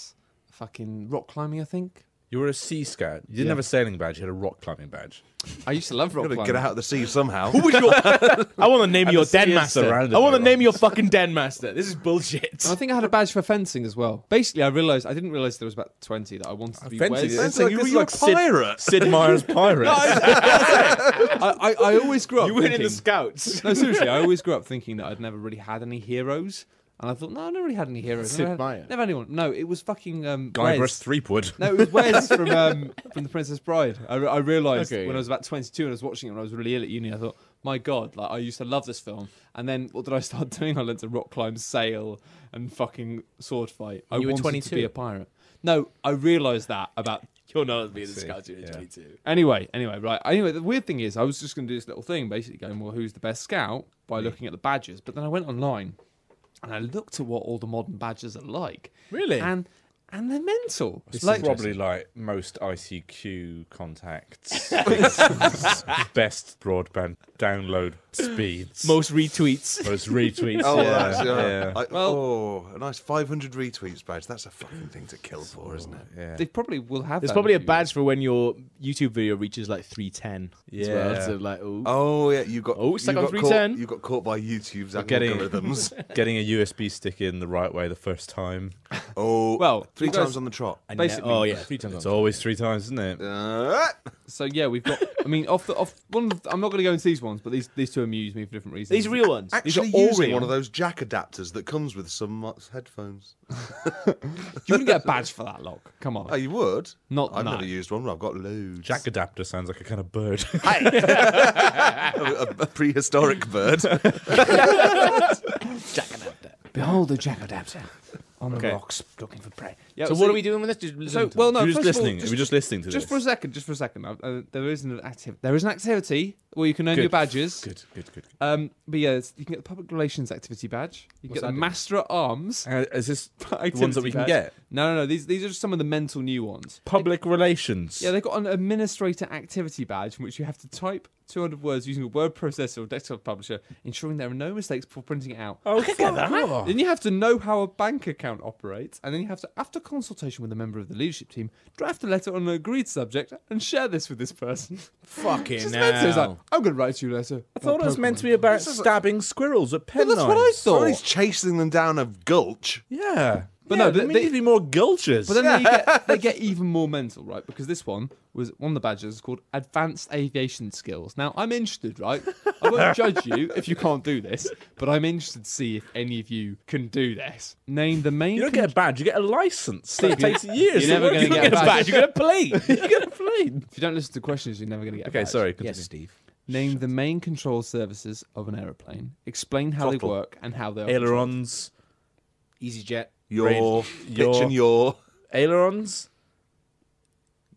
A: fucking rock climbing. I think
B: You were a sea scout. You didn't
A: Yeah.
B: have a sailing badge. You had a rock climbing badge.
A: I used to love rock
D: Gotta
A: climbing.
D: get out of the sea
A: *laughs*
D: somehow.
C: I want to name
B: And
C: your
B: the sea is
C: den master.
B: surrounded
C: I want to
B: by
C: name your fucking den master. This is bullshit.
A: And I think I had a badge for fencing as well. Basically, I realized I didn't realize there was about twenty that I wanted to be.
B: Fencing
A: Wes.
B: is-
D: Sounds like,
B: You
D: this
B: were
D: is like
B: Sid-
D: pirate.
B: Sid Meier's *laughs* pirate.
A: *laughs* I, I, I always grew up.
C: *laughs* You went in the
A: thinking-
C: scouts.
A: No, seriously, I always grew up thinking that I'd never really had any heroes. And I thought, no, I never really had any heroes.
C: Sid
A: never, had-
C: Meier.
A: never had anyone. No, it was fucking um,
B: Guybrush
A: Wes.
B: Threepwood.
A: No, it was Wes from um, from The Princess Bride. I, re- I realised
C: Okay,
A: when I
C: yeah.
A: was about 22 and I was watching it when I was really ill at uni, I thought, my God, like I used to love this film. And then what did I start *laughs* doing? I learned to rock climb, sail, and fucking sword fight. I
C: You were
A: wanted
C: 22?
A: to be a pirate. No, I realised that about
C: *laughs* You're not allowed to be in the scouts. You're
B: yeah.
C: 22.
A: Anyway, anyway, right. Anyway, the weird thing is, I was just going to do this little thing, basically going, well, who's the best scout by looking at the badges. But then I went online and I looked at what all the modern badges are like.
C: Really?
A: And and they're mental.
B: This
A: like,
B: is probably like most ICQ contacts. *laughs* Best broadband download speeds.
C: Most retweets.
B: Most retweets.
D: Oh,
B: yeah.
D: that's, uh,
B: yeah.
D: I-
A: Well-
D: oh, a nice 500 retweets badge. That's a fucking thing to kill for, isn't it?
B: yeah.
A: they probably will have.
C: There's
A: that
C: probably a
A: if you-
C: badge for when your YouTube video reaches like 310. as well.
B: Yeah.
C: So, like, ooh.
D: Oh yeah, you got
C: Oh, it's
D: you
C: like on
D: got
C: 310.
D: Caught, you got caught by YouTube's
B: getting-
D: algorithms.
A: *laughs*
B: Getting a USB stick in the right way the first time.
D: oh,
A: Well,
D: three
A: you guys-
D: times on the trot.
C: And
A: basically-
C: yeah, oh yeah, three times.
B: It's always three times, isn't it?
D: Uh,
A: So yeah, we've got. I mean, off the off one. Of the, I'm not going to go into these ones, but these these two amuse me for different reasons.
C: These real ones. These are
D: actually,
C: all
D: using
C: real.
D: one of those jack adapters that comes with some uh, headphones.
A: You wouldn't get a badge for that, lock. Come
D: Oh,
A: on.
D: you would?
A: Not-
D: I've
A: no.
D: never used one. but I've got loads.
B: Jack adapter sounds like a kind
A: *laughs*
B: of bird.
D: *laughs* a, a
B: *laughs*
D: prehistoric bird.
A: Behold the jack adapter on the rocks looking for prey. Yeah,
C: So what are we doing with this? Just
A: So
C: listen to
A: well,
C: it.
A: no.
B: We're just
A: first of all,
B: listening. We're just listening to
A: Just for a
B: this.
A: second, just for a second. Uh, Uh, there is an activity. There is an activity where you can earn your badges.
B: Good, good, good.
A: Um, but yeah, it's, you can get the public relations activity badge. You can get the master at arms.
B: Uh, is this *laughs* the ones
A: activity
B: that we can
A: badge.
B: get?
A: No, no, no. These these are just some of the mental new ones.
B: Public relations.
A: Yeah, they've got an administrator activity badge in which you have to type 200 words using a word processor or desktop publisher, ensuring there are no mistakes before printing it out.
C: *laughs*
B: oh, get that.
A: Then you have to know how a bank account operates, and then you have to, after consultation with a member of the leadership team, draft a letter on an agreed subject and share this with this person.
C: fucking
A: Just meant to. It's like,
C: hell.
A: I'm going to write you a letter.
B: I thought it was meant to be about stabbing squirrels at pen
A: Well, that's what I
B: knives.
D: Somebody's
A: thought.
D: chasing them down a gulch.
B: Yeah.
A: But
B: But
A: no,
B: no,
A: they-
B: there
A: they-
B: needs to be more gulches.
A: But then they, get, they
B: *laughs*
A: get even more mental, right? Because this one was one of the badges is called Advanced Aviation Skills. Now, I'm interested, right? I
B: *laughs*
A: won't judge you if you can't do this, but I'm interested to see if any of you can do this. Name the main.
B: you don't get a badge, you get a license.
A: Steve,
B: That takes
A: you-
B: years.
A: you're never
B: You
A: gonna
B: don't
A: get a badge.
B: you get a plane. *laughs* you get a plane.
A: if you don't listen to questions, you're never going to get. a
B: Okay,
A: badge.
B: sorry. Continue.
C: Steve.
A: Name the main control services of an aeroplane. Explain how
B: Throttle.
A: they work and how they. Are
B: Ailerons.
C: EasyJet.
D: Your pitch
B: Your-
D: and your
B: Ailerons.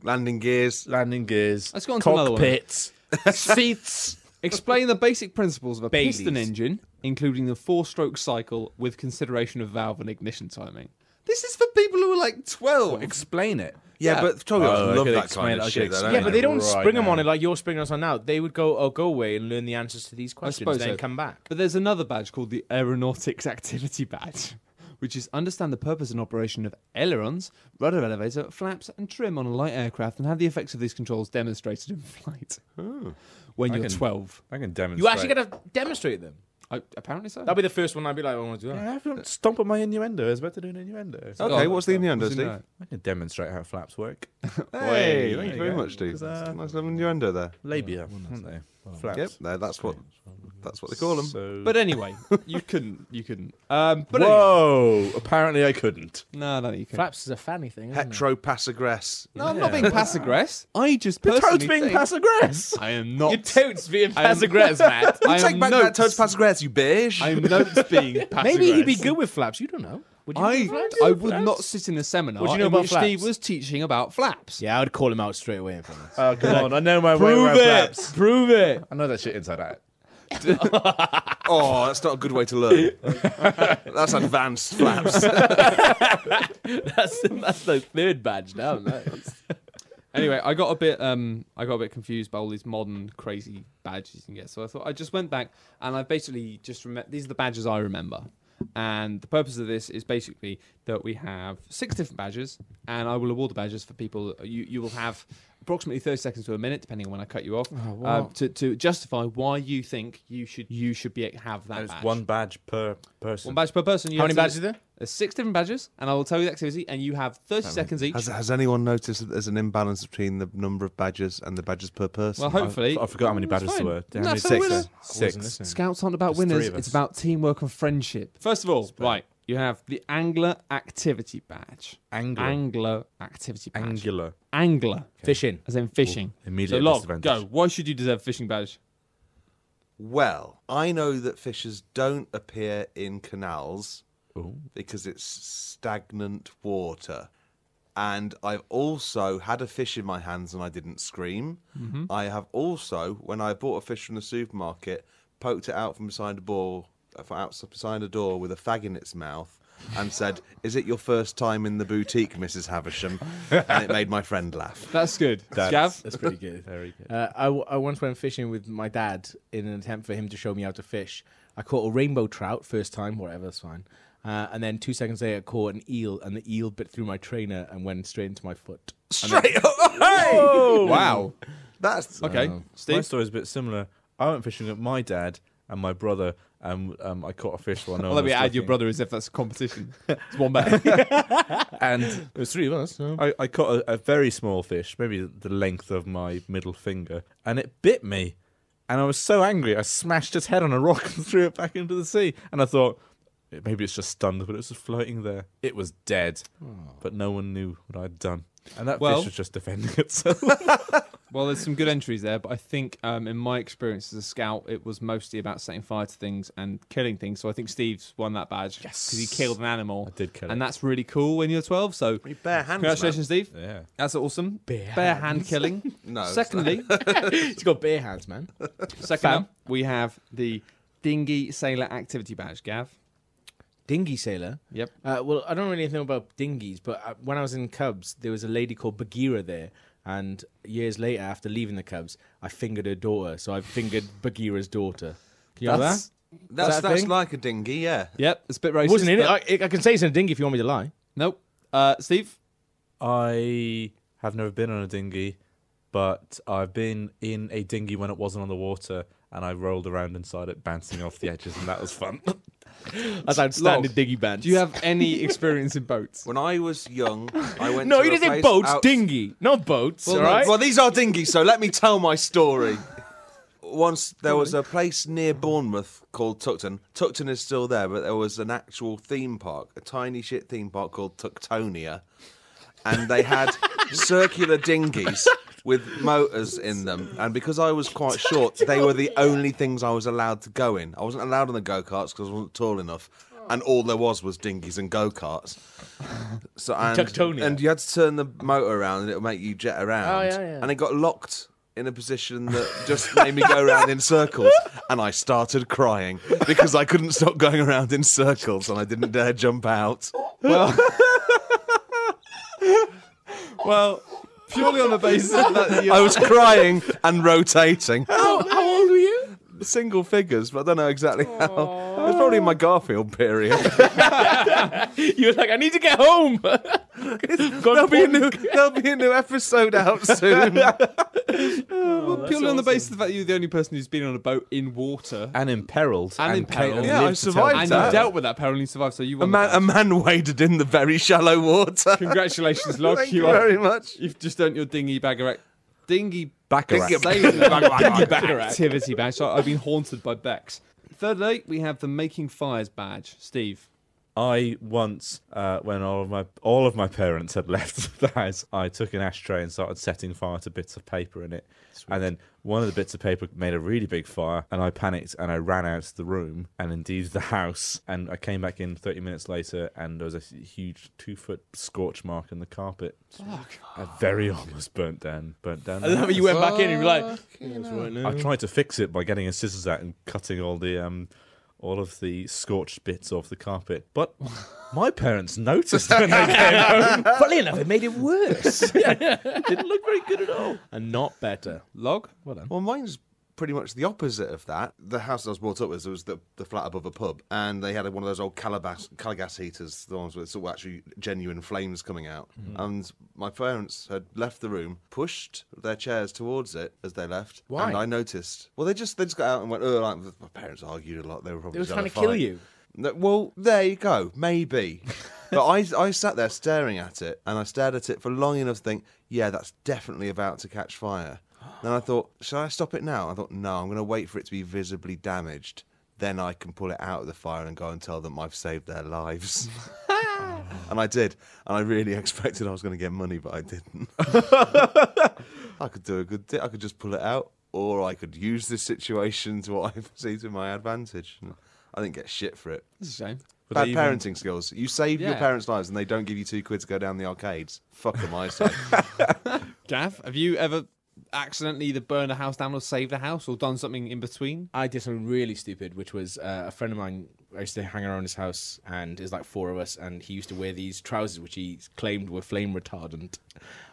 D: landing gears.
B: Landing gears.
A: Let's go on to another one.
B: cockpits. seats.
A: Explain the basic principles of a
C: Baileys.
A: piston engine, including the four-stroke cycle, with consideration of valve and ignition timing. This is for people who are like twelve.
B: Explain it.
D: Yeah, but Toby,
B: Oh,
D: I
B: I
D: love
B: could
D: that
B: explain
D: kind
B: it, I
D: of
B: could
D: shit. though,
B: explain
D: don't
C: Yeah,
B: it.
C: but they don't
B: Right
C: spring them
B: now.
C: on it like you're springing us on now. They would go, "Oh, go away and learn the answers to these questions,
A: suppose
C: then
A: so.
C: come back."
A: But there's another badge called the Aeronautics Activity Badge, *laughs* which is understand the purpose and operation of ailerons, rudder elevator, flaps, and trim on a light aircraft, and have the effects of these controls demonstrated in *laughs* flight. When you're
B: can-
A: 12,
B: I can demonstrate.
C: You actually got to demonstrate them.
A: I, apparently so.
C: That'd be the first one. I'd be like, "I want to do that."
B: I haven't stomped on my innuendo. I was about to do an innuendo.
D: Okay, what's the innuendo,
A: What's in
D: Steve?
A: that?
B: I can demonstrate how flaps work.
D: Hey,
B: There
D: thank
B: you
D: you very
B: go.
D: much, Steve.
B: Uh,
D: nice little innuendo there.
B: Labia, aren't they? Flaps.
D: Yep, there, that's what that's what they call them.
B: So-
A: But anyway, you couldn't. You couldn't. Um, but anyway,
B: Whoa! Apparently, I couldn't.
A: no, no, you couldn't.
C: Flaps is a fanny thing. Isn't it?
D: Heteropassigress.
A: No, I'm not being pass aggress. I just personally
B: Toad's being
A: think- *laughs*
B: pass aggress.
A: I am not.
C: Your toad's being
A: I am-
C: pass
A: *laughs*
C: aggressive, *laughs* Matt.
A: I am
D: Take back
A: notes.
D: that Toad's Passigress, you bitch.
A: I am notes being pass
C: Maybe he'd be good with flaps. You don't know. Would you do
A: I,
C: flaps?
A: I would not sit in a seminar
C: What do you know
A: in
C: about
A: which Steve
C: flaps?
A: was teaching about flaps.
C: Yeah, I would call him out straight away in front of us.
B: Oh, come on. I know my way
C: Prove
B: around
C: it!
B: flaps.
C: Prove it.
B: I know that shit inside out.
D: Oh, that's not a good way to learn.
B: *laughs*
D: that's advanced flaps.
C: *laughs* That's that's the third badge now. Nice.
A: anyway, I got a bit um I got a bit confused by all these modern crazy badges you can get. So I thought I just went back and I basically just remember these are the badges I remember. And the purpose of this is basically that we have six different badges, and I will award the badges for people. You you will have approximately thirty seconds to a minute, depending on when I cut you off,
C: Oh,
A: um, to to justify why you think you should you should be have that.
B: There's
A: badge.
B: one badge per person.
A: One badge per person. You
C: How
A: have
C: many
A: to-
C: badges are there?
A: There's six different badges, and I will tell you the activity, and you have 30 seconds each.
D: Has, has anyone noticed that there's an imbalance between the number of badges and the badges per person?
A: Well, hopefully.
B: Oh, I, I forgot how many
A: That's
B: badges there
A: fine.
B: were. How
A: That's
B: many-
A: all winners.
B: Six.
C: Wasn't
B: Six.
C: listening.
A: Scouts aren't about
B: three
A: winners,
B: of
A: it's
B: us.
A: about teamwork and friendship. First of all, right, you have the Angler Activity Badge.
B: Angler.
A: Angler Activity Badge.
B: Angular.
A: Angler,
C: Fishing.
A: as in fishing.
B: immediate
A: so, log,
B: disadvantage.
A: go. Why should you deserve a fishing badge?
D: Well, I know that fishes don't appear in canals
B: Ooh.
D: because it's stagnant water. And I've also had a fish in my hands and I didn't scream.
B: Mm-hmm.
D: I have also, when I bought a fish from the supermarket, poked it out from beside a ball, out beside a door with a fag in its mouth, and said, "Is it your first time in the boutique, Mrs. Havisham?" And it made my friend laugh.
A: That's
B: *laughs*
A: good. Gav?
C: That's pretty good. *laughs* Very good. Uh, I, w- I once went fishing with my dad in an attempt for him to show me how to fish. I caught a rainbow trout first time, whatever, that's fine. Uh, and then two seconds later, I caught an eel, and the eel bit through my trainer and went straight into my foot.
D: Straight up, hey!
A: Wow.
D: That's
A: Okay,
B: My
A: Steve?
B: story's a bit similar. I went fishing with my dad and my brother, and um, I caught a fish while no
A: Well,
B: one
A: let me
B: was
A: add your
B: looking.
A: brother as if that's a
B: *laughs*
A: competition. it's one badge.
B: And
C: There's three of us. *laughs*
B: I, I caught a, a very small fish, maybe the length of my middle finger, and it bit me. And I was so angry, I smashed its head on a rock *laughs* and threw it back into the sea. And I thought, "Eh, maybe it's just stunned, but it was just floating there. It was dead, but no one knew what I'd done. And that
A: Oh. Well-
B: fish was just defending *laughs* itself.
A: Well, there's some good entries there, but I think um, in my experience as a scout, it was mostly about setting fire to things and killing things. So I think Steve's won that badge because he killed an animal.
B: I did kill
A: and
B: it.
A: that's really cool when you're 12. So
D: bare hands.
A: congratulations, Steve.
B: yeah.
A: That's awesome.
C: Bare
A: hand
C: *laughs*
A: killing.
D: No, it's *laughs*
A: Secondly,
C: He's got bare hands, man.
A: second up, we have the dinghy sailor activity badge. Gav.
C: Dinghy sailor.
A: Yep.
C: Uh, well, I don't really know about dinghies, but uh, when I was in Cubs, there was a lady called Bagheera there. And years later, after leaving the Cubs, I fingered her daughter. So I fingered Bagheera's daughter. Can you have that?
A: That's-
D: That's
C: That
D: that's
C: thing?
D: like a dinghy, yeah.
A: Yep. It's a bit racist.
C: It wasn't in it.
A: but-
C: I, I can say it's in a dinghy if you want me to lie.
A: Nope. Uh, Steve.
B: I have never been on a dinghy, but I've been in a dinghy when it wasn't on the water, and I rolled around inside it, bouncing off the edges, and that was fun.
C: That's outstanding dinghy bands.
A: Do you have any experience in boats?
D: When I was young, I went.
C: No,
D: to
C: you
D: a
C: didn't say
D: place
C: boats,
D: out-
C: dinghy, not boats. all right.
D: Well, these are dinghies, so let me tell my story. *laughs* Once there was a place near Bournemouth called Tuckton. Tuckton is still there, but there was an actual theme park, a tiny shit theme park called Tucktonia, and they had circular dinghies with motors in them. And because I was quite short, they were the only things I was allowed to go in. I wasn't allowed on the go karts because I wasn't tall enough, and all there was was dinghies and go karts.
C: *laughs*
D: So and,
C: Tucktonia.
D: and you had to turn the motor around, and it would make you jet around.
C: Oh, yeah, yeah.
D: And it got locked in a position that just made me go around in circles, and I started crying because I couldn't stop going around in circles, and I didn't dare jump out.
A: Well, purely *laughs* on the basis that
D: I was crying and rotating.
C: how old were you?
D: Single figures, but I don't know exactly how. It was probably in my Garfield period.
C: *laughs* You were like, I need to get home. *laughs*
D: there'll, be a new, there'll be a new episode out soon.
A: purely on the basis of the fact that you're the only person who's been on a boat in water
B: *laughs* and imperiled.
A: and in peril.
D: Yeah, I
B: lived to tell
D: survived
B: the
A: and
D: that.
B: tale.
A: you dealt with that peril and you survived. So you
D: a,
A: won.
D: man,
A: the
D: a
A: badge.
D: man waded in the very shallow water.
A: Congratulations, Locke.
D: Thank
A: you
D: you
A: are-
D: very much.
A: You've just earned your dinghy baccarat, dinghy
B: Baccarat.
A: sailor
D: *laughs*
A: activity *laughs* badge. So I've been haunted by Bex. Thirdly, we have the making fires badge. Steve,
B: I once, uh, when all of my all of my parents had *laughs* left the house, I took an ashtray and started setting fire to bits of paper in it, and then one of the bits of paper made a really big fire, and I panicked and I ran out of the room and indeed the *laughs* house, and I came back in thirty minutes later, and there was a huge two foot scorch mark in the carpet. I very almost burnt down, burnt down. the
G: I love how you went back in and you were like,
B: I tried to fix it by getting a scissors out and cutting all the um, all of the scorched bits off the carpet. *laughs* But my parents noticed when *laughs* they came home.
C: *laughs* Funnily enough, it made it *laughs* worse
B: Didn't look very good at all.
C: and not better.
A: Log?
D: Well, mine's pretty much the opposite of that. The house I was brought up with was the, the flat above a pub, and they had one of those old Calabas, Calagas heaters, the ones with sort of actually genuine flames coming out.
C: Hmm.
D: And my parents had left the room, pushed their chairs towards it as they left,
C: Why?
D: and I noticed. Well, they just they just got out and went. Oh, like, my parents argued a lot. They were probably
C: It was
D: just
C: trying
D: having
C: to
D: a
C: kill
D: fight.
C: you.
D: No, Well, there you go. Maybe. but I, I sat there staring at it, and I stared at it for long enough to think, yeah, that's definitely about to catch fire. Then I thought, shall I stop it now? I thought, no, I'm going to wait for it to be visibly damaged. Then I can pull it out of the fire and go and tell them I've saved their lives. and I did. And I really *laughs* expected I was going to get money, but I didn't. *laughs* I could do a good di I could just pull it out, or I could use this situation to what *laughs* I see to my advantage. And I didn't get shit for it.
A: That's a shame.
D: Bad parenting skills. You save your
A: Yeah.
D: parents' lives and they don't give you two quid to go down the arcades. Fuck them, I
A: *laughs*
D: say.
A: Gav, have you ever accidentally either burned a house down or saved a house or done something in between?
C: I did something really stupid, which was uh, a friend of mine. I used to hang around his house, and there's like four of us, and he used to wear these trousers, which he claimed were flame retardant.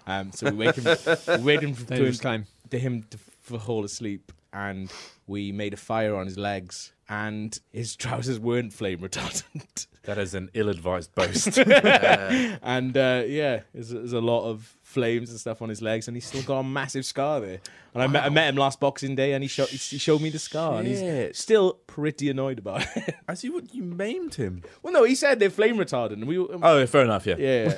C: Um, so we wake him, *laughs* we wait him for
A: Dangerous
C: him-
A: claim.
C: to him to f- fall asleep, and we made a fire on his legs, and his trousers weren't flame retardant.
B: That is an ill-advised boast.
C: and uh, yeah, there's, there's a lot of flames and stuff on his legs, and he's still got a massive scar there. And I, met, I met him last Boxing Day, and he, sho- he showed me the scar, and
B: Shit.
C: he's still pretty annoyed about it.
B: *laughs*
C: *laughs*
B: As you would, you maimed him.
C: well, no, he said they're flame retardant, and we were.
B: Oh, fair enough. Yeah.
C: yeah,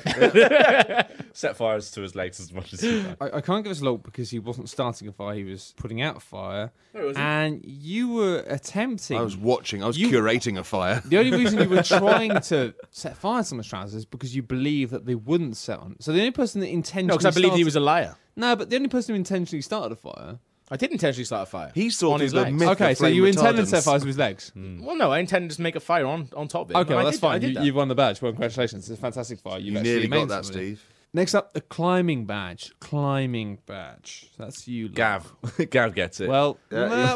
B: Set fires to his legs as much as you can.
A: I, I can't give us a look because he wasn't starting a fire, he was putting out a fire. And you were attempting.
D: I was watching, I was
A: You-
D: curating
A: *laughs*
D: a fire.
A: The only reason you were trying to set fire to someone's trousers is because you believe that they wouldn't set on. So the only person that intentionally.
C: no, because I believe he
A: started-
C: was a liar.
A: No, but the only person who intentionally started a fire.
C: I did intentionally start a fire.
D: He saw
C: on
D: through
C: his
D: the
C: legs.
D: myth
A: okay,
D: of
A: so
D: flame
A: you intended to
D: retardants.
A: set fire to his legs.
C: Well, no, I intended to make a fire on, on top of it.
A: Okay,
C: and I
A: well, that's
C: did- I
A: fine.
C: did
A: You,
C: that.
A: you've won the badge. Well, congratulations. It's a fantastic fire. You've
D: You
A: actually
D: nearly
A: maimed
D: got that,
A: somebody.
D: Steve.
A: Next up, the climbing badge. Climbing badge. That's you, lot.
B: *laughs* Gav, *laughs* Gav gets it.
A: Well,
D: Yeah.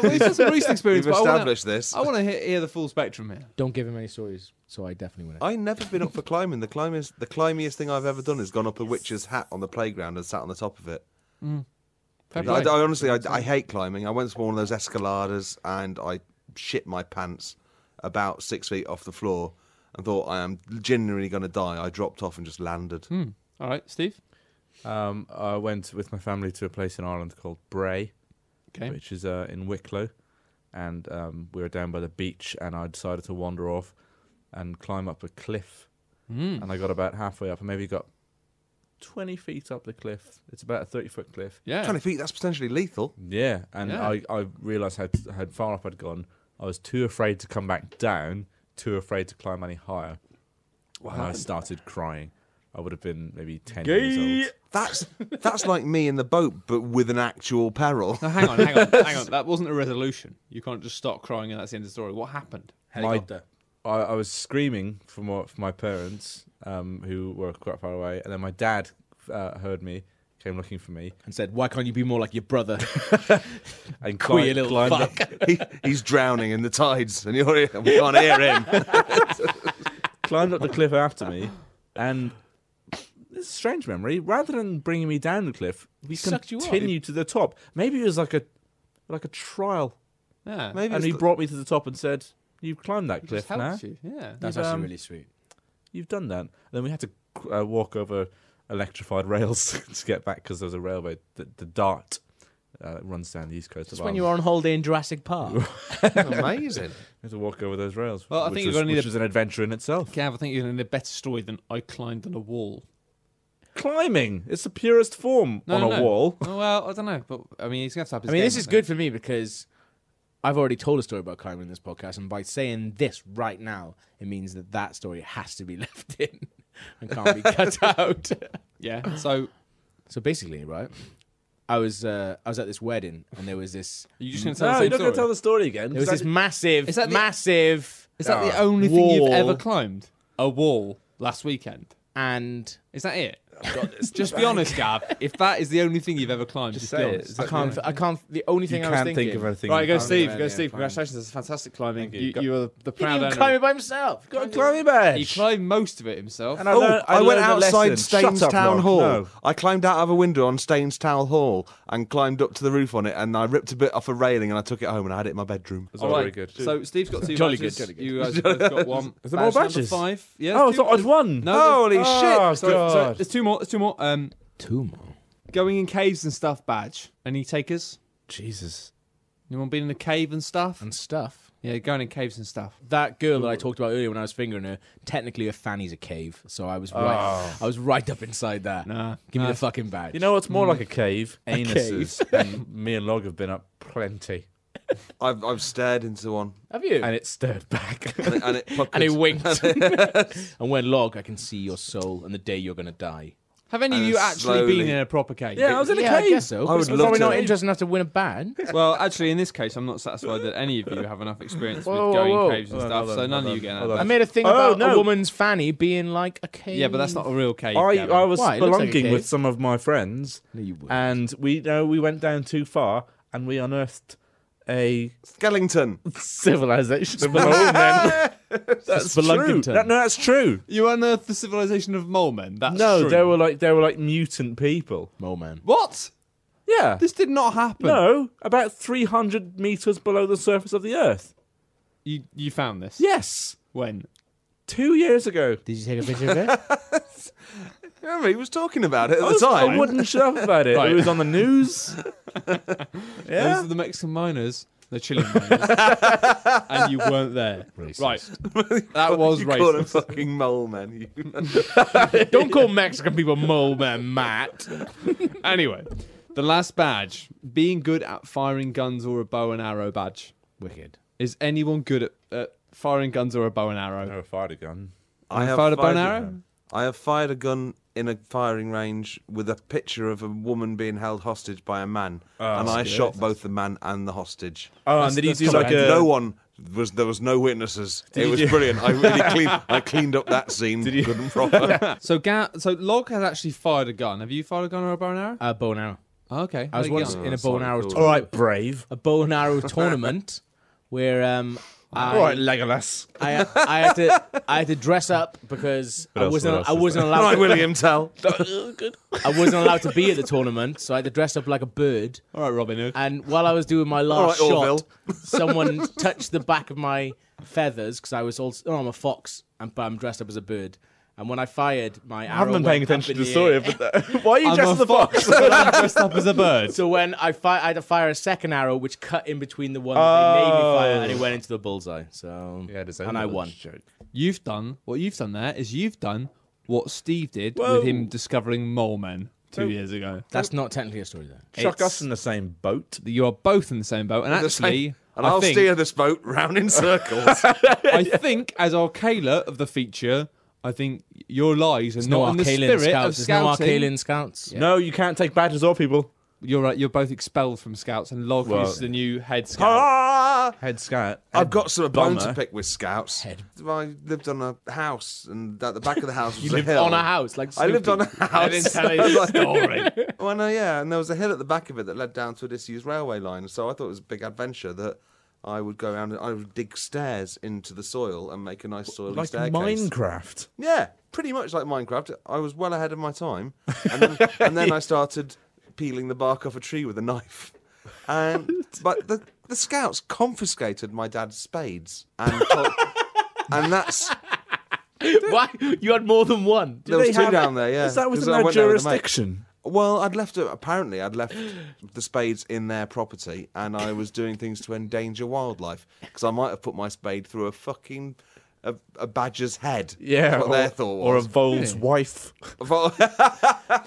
A: nah, we've had some recent experience.
D: We've
A: but I wanna-
D: established this.
A: I want to hear, hear the full spectrum here.
C: Don't give him any stories, so I definitely win it.
D: I never been up for climbing. The climb is the climbiest thing I've ever done is gone up a witch's hat on the playground and sat on the top of it.
A: Fair
D: I,
A: play.
D: I honestly, I, I hate climbing. I went to one of those escalators and I shit my pants about six feet off the floor and thought I am genuinely going to die. I dropped off and just landed.
A: Hmm. All right, Steve.
B: Um, I went with my family to a place in Ireland called Bray,
A: Okay.
B: which is uh, in Wicklow, and um, we were down by the beach, and I decided to wander off and climb up a cliff,
A: Mm.
B: and I got about halfway up, and maybe got twenty feet up the cliff. It's about a thirty foot cliff.
A: Yeah.
D: Twenty feet. That's potentially lethal.
B: Yeah, and
A: Yeah.
B: I I realised how how far up I'd gone. I was too afraid to come back down, too afraid to climb any higher, and I started crying. I would have been maybe ten years old.
D: That's that's like me in the boat, but with an actual *laughs* peril.
A: No, hang on, hang on, hang on. That wasn't a resolution. You can't just stop crying and that's the end of the story. What happened?
C: Helicopter.
B: I, I was screaming for my, for my parents, um, who were quite far away, and then my dad uh, heard me, came looking for me,
C: And said, "Why can't you be more like your brother, *laughs*
B: and climbed,
C: queer little
B: climbed
C: fuck?"
B: up,
D: he, he's drowning in the tides, and you're, here- we can't hear him.
B: climbed up the cliff after me, and it's a strange memory. Rather than bringing me down the cliff, we
A: Sucked you up.
B: continued to the top. Maybe it was like a like a trial,
A: Yeah.
D: Maybe
B: and
D: it's
B: he
D: the-
B: brought me to the top and said, "You've climbed that
A: It
B: cliff
A: just
B: now.
A: helped you. Yeah.
C: That's
B: You've,
C: actually
B: um,
C: really sweet.
B: You've done that." And then we had to uh, walk over electrified *laughs* rails to get back because there was a railway, the, the Dart. Uh, that runs down the east coast.
C: Just
B: of
C: when
B: Ireland.
C: you were on holiday in Jurassic *laughs* Park.
D: amazing.
B: You have to walk over those rails.
A: Well, I
B: which
A: think
B: was,
A: you're gonna need
B: which
A: a-
B: was an adventure in itself.
A: Gav, I think you're going to need a better story than I climbed on a wall.
B: Climbing, it's the purest form
A: No,
B: on
A: no,
B: a
A: no.
B: wall.
A: *laughs* Oh, well, I don't know, but I mean, he's going to have to up his
C: I mean,
A: game,
C: this is
A: I think.
C: good for me because I've already told a story about Kyra in this podcast, and by saying this right now, it means that that story has to be *laughs* left in and can't be
A: *laughs*
C: cut out.
A: Yeah. So
C: So basically, right, I was uh, I was at this wedding, and there was this
A: are you just going to tell
B: No,
A: the same
B: you're not
A: story?
B: going to tell the story again.
C: there was this massive,
A: Is that the-
C: massive,
A: Is that the
C: uh,
A: only thing you've
C: wall,
A: ever climbed? A wall last weekend.
C: and
A: Is that it? *laughs* just be honest, Gab. If that is the only thing you've ever climbed, just, be
B: say it.
A: honest.
B: Is
C: I
B: that-
C: can't. I can't. The only
B: You
C: thing I was
B: can't
C: thinking.
B: think of anything.
A: Right, go
B: you
A: Steve.
C: yeah,
A: Go
C: yeah,
A: Steve.
C: fine.
A: Congratulations. That's fantastic climbing.
B: you.
A: You,
B: Go-
A: you are the
C: He
A: proud
C: didn't
A: owner.
C: even climb it by himself.
B: can't climb it back.
A: He climbed most of it himself.
B: And I,
D: Oh,
B: learned-
D: I, went
B: learned a
D: outside
B: lesson. Shut
D: Staines
B: up,
D: Town
B: Rob.
D: Hall.
B: No.
D: I climbed out of a window on Staines Town Hall and climbed up to the roof on it, and I ripped a bit off a railing and I took it home and I had it in my bedroom.
B: It's
A: All
B: all
A: right,
B: very good.
A: So Steve's got two
C: Jolly
A: badges.
C: good, jolly good.
A: You guys both got one.
B: Is there more
A: Badge number
B: badges?
A: Five. Yeah.
B: oh, I
A: there's
B: thought I'd
A: two-
B: won.
A: No, there's-
D: Holy
B: Oh,
D: shit!
A: Sorry, sorry,
B: God.
A: there's two more. There's two more. Um,
C: Two more.
A: going in caves and stuff. Badge. Any takers?
B: Jesus.
A: Anyone been in a cave and stuff?
C: And stuff.
A: Yeah, going in caves and stuff.
C: That girl that I talked about earlier when I was fingering her, technically her fanny's a cave, so I was right. I was right up inside that.
A: Nah,
C: Give
A: nah.
C: me the fucking badge.
B: You know what's more like a cave? Anuses. and me and Log have been up plenty.
D: I've, I've stared into one
C: have you?
B: And it stirred *laughs* back.
D: and it, and it
C: And he
D: puckered.
C: winked. and went log, I can see your soul and the day you're gonna die.
A: Have any of
D: And
A: you actually
D: slowly-
A: been in a proper cave?
B: yeah, I was in a
C: yeah,
B: cave.
C: I guess so.
D: I would
C: but
D: love
C: probably
D: to.
C: not interested enough to win a badge.
A: Well, actually, in this case, I'm not satisfied that any of you have enough experience
C: Whoa, whoa,
A: with going
C: whoa.
A: in caves and
B: Hold on,
A: stuff,
B: hold
A: so
B: on,
A: none
B: hold
A: of you
B: on,
A: get
B: hold
A: that.
C: I made a thing
B: Oh,
C: about
B: no.
C: a woman's fanny being like a cave.
A: Yeah, but that's not a real cave.
B: I,
A: Gavin.
B: I was
C: Why? It looks like a
B: spelunking
C: cave.
B: with some of my friends,
C: No, you wouldn't.
B: and we no, we went down too far, and we unearthed a
D: Skellington.
B: civilization of mole *laughs* men. that's true.
C: Spelunking-ton.
B: That- no, that's true.
A: You unearthed the civilization of mole men. That's
B: no,
A: true.
B: they were like they were like mutant people.
C: Mole man.
A: what?
B: Yeah.
A: This did not happen.
B: no, about three hundred meters below the surface of the Earth.
A: You you found this
B: Yes,
A: when?
B: two years ago.
C: Did you take a picture of it?
D: Remember, he was talking about it at
B: I
D: the
B: was-
D: time.
B: I wouldn't shut up about *laughs* it. It was on the *laughs* news.
A: Those are
B: yeah.
A: the Mexican miners, the Chilean miners, *laughs* and you weren't there. Right, that was
D: you call him
A: racist.
D: fucking mole man. You-
C: Don't call Mexican people mole men, Matt.
A: Anyway, the last badge, being good at firing guns or a bow and arrow badge.
C: Wicked.
A: Is anyone good at, at firing guns or a bow and arrow?
B: I fired Oh, a gun.
D: I have
A: fired a bow and
D: a
A: arrow?
D: gun. I have fired a gun in a firing range with a picture of a woman being held hostage by a man, and I shot both the man and the hostage.
B: Oh, and did he do
D: So
B: like a
D: no one was there was no witnesses. it
B: you
D: was
B: do-
D: brilliant. I really cleaned I cleaned up that scene good and proper.
A: So, Ga- so Log has actually fired a gun. Have you fired a gun or a bow and arrow?
C: Uh, bow and arrow.
A: Oh, okay.
C: I was
A: There you
C: once
A: go.
C: in a
D: that's
C: bow and
D: not
C: arrow
D: cool.
C: tournament.
B: All right, brave.
C: a bow and arrow tournament where um I,
B: All right, Legolas.
C: I, I had to I had to dress up because I
B: else- what
C: wasn't
B: else
C: I
B: is
C: wasn't
B: *laughs*
D: All
C: allowed
D: right,
C: to,
D: William *laughs* Tell.
C: I wasn't allowed to be at the tournament, so I had to dress up like a bird.
A: All right, Robin Hood.
C: And while I was doing my last
D: right,
C: shot, someone touched the back of my feathers because I was also oh, I'm a fox, and but I'm dressed up as a bird. And when I fired, my
B: I haven't
C: arrow
B: been paying
C: went up
B: attention to
C: in
B: the
C: the
B: story,
C: air.
B: but *laughs* why are you dressed
A: a
B: as the
A: *laughs*
B: fox?
A: I'm dressed up as a bird.
C: So when I fi- I had to fire a second arrow, which cut in between the one that they made
B: Oh.
C: me fire, and it went into the bullseye. So and I won.
A: You've done what you've done there is you've done what Steve did
B: Whoa.
A: with him discovering mole men two years ago.
C: That's not technically a story though.
B: Chuck us in the same boat.
A: You are both in the same boat, and
D: The same-
A: actually,
D: and
A: I
D: I'll
A: think,
D: steer this boat round in circles. *laughs*
A: I think as Arcala of the feature, I think your lies are not in the spirit of
C: There's no
A: scouting.
C: Arcalian scouts.
B: No, you can't take badges or people.
A: you're right. You're both expelled from scouts, and Log
B: Well-
A: is the new head scout.
D: Ah!
B: Head scout.
D: I've got some bone to
B: bomber.
D: pick with scouts. I lived on a house, and at the back of the
C: *laughs*
D: house was
C: You
D: a
C: lived
D: hill.
C: on a house, like
D: I lived on a
C: I
D: house.
C: didn't tell you
B: *laughs*
D: *laughs*
C: the story.
D: Well, no, yeah, and there was a hill at the back of it that led down to a disused railway line. So I thought it was a big adventure that I would go around and I would dig stairs into the soil and make a nice soily
B: Like
D: staircase.
B: Minecraft.
D: Yeah, pretty much like Minecraft. I was well ahead of
B: *laughs*
D: my time, and then, and then I started peeling the bark off a tree with a knife. And but the the scouts confiscated my dad's spades, and and that's
C: *laughs* Why? You had more
D: *laughs*
C: than one.
D: there was two down there. Yeah,
B: Is that
D: 'cause
B: within
D: I
B: their
D: went down with a mate.
B: jurisdiction?
D: Well, I'd left apparently I'd left the spades in their property, and I was doing things to endanger wildlife because I might have put my spade through a fucking a, a badger's head.
B: Yeah,
D: That's what
B: or,
D: their thought
B: or a
D: was.
B: vole's *laughs* wife.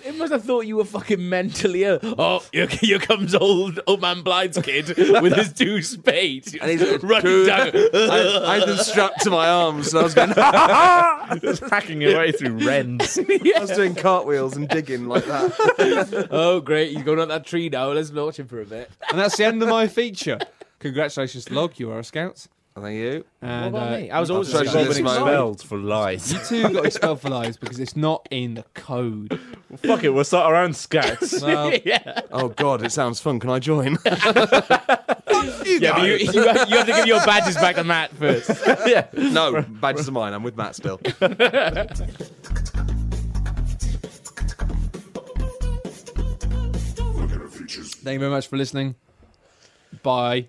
C: It must have thought you were fucking mentally ill. Oh, here, here comes old old man Blind's
D: *laughs*
C: kid with his two spades.
D: *laughs*
B: *laughs*
D: and he's
C: running
D: dude,
C: down.
D: I, I had them strapped to my arms, and I was going, *laughs* I
B: Just hacking your way *laughs* through rends.
D: was doing cartwheels and digging like that.
C: Oh, great. He's going up that tree now. Let's launch him for
D: *laughs*
C: a bit.
A: And that's the end of my feature. Congratulations, Log. You are a scout.
D: Thank you.
A: And
C: What about
A: uh,
C: me? I was always
D: sorry,
C: a
D: Robin,
C: scout.
D: it's my-
B: Expelled for lies.
A: you two got expelled for lies because it's not in the code.
B: Fuck it, we'll start our own scouts.
A: Well,
D: Oh God, it sounds fun. Can I join? *laughs*
C: Yeah, but you, you, have, you have to give your badges back to Matt first.
B: yeah.
D: no, badges are mine. I'm with Matt still.
A: thank you very much for listening. Bye.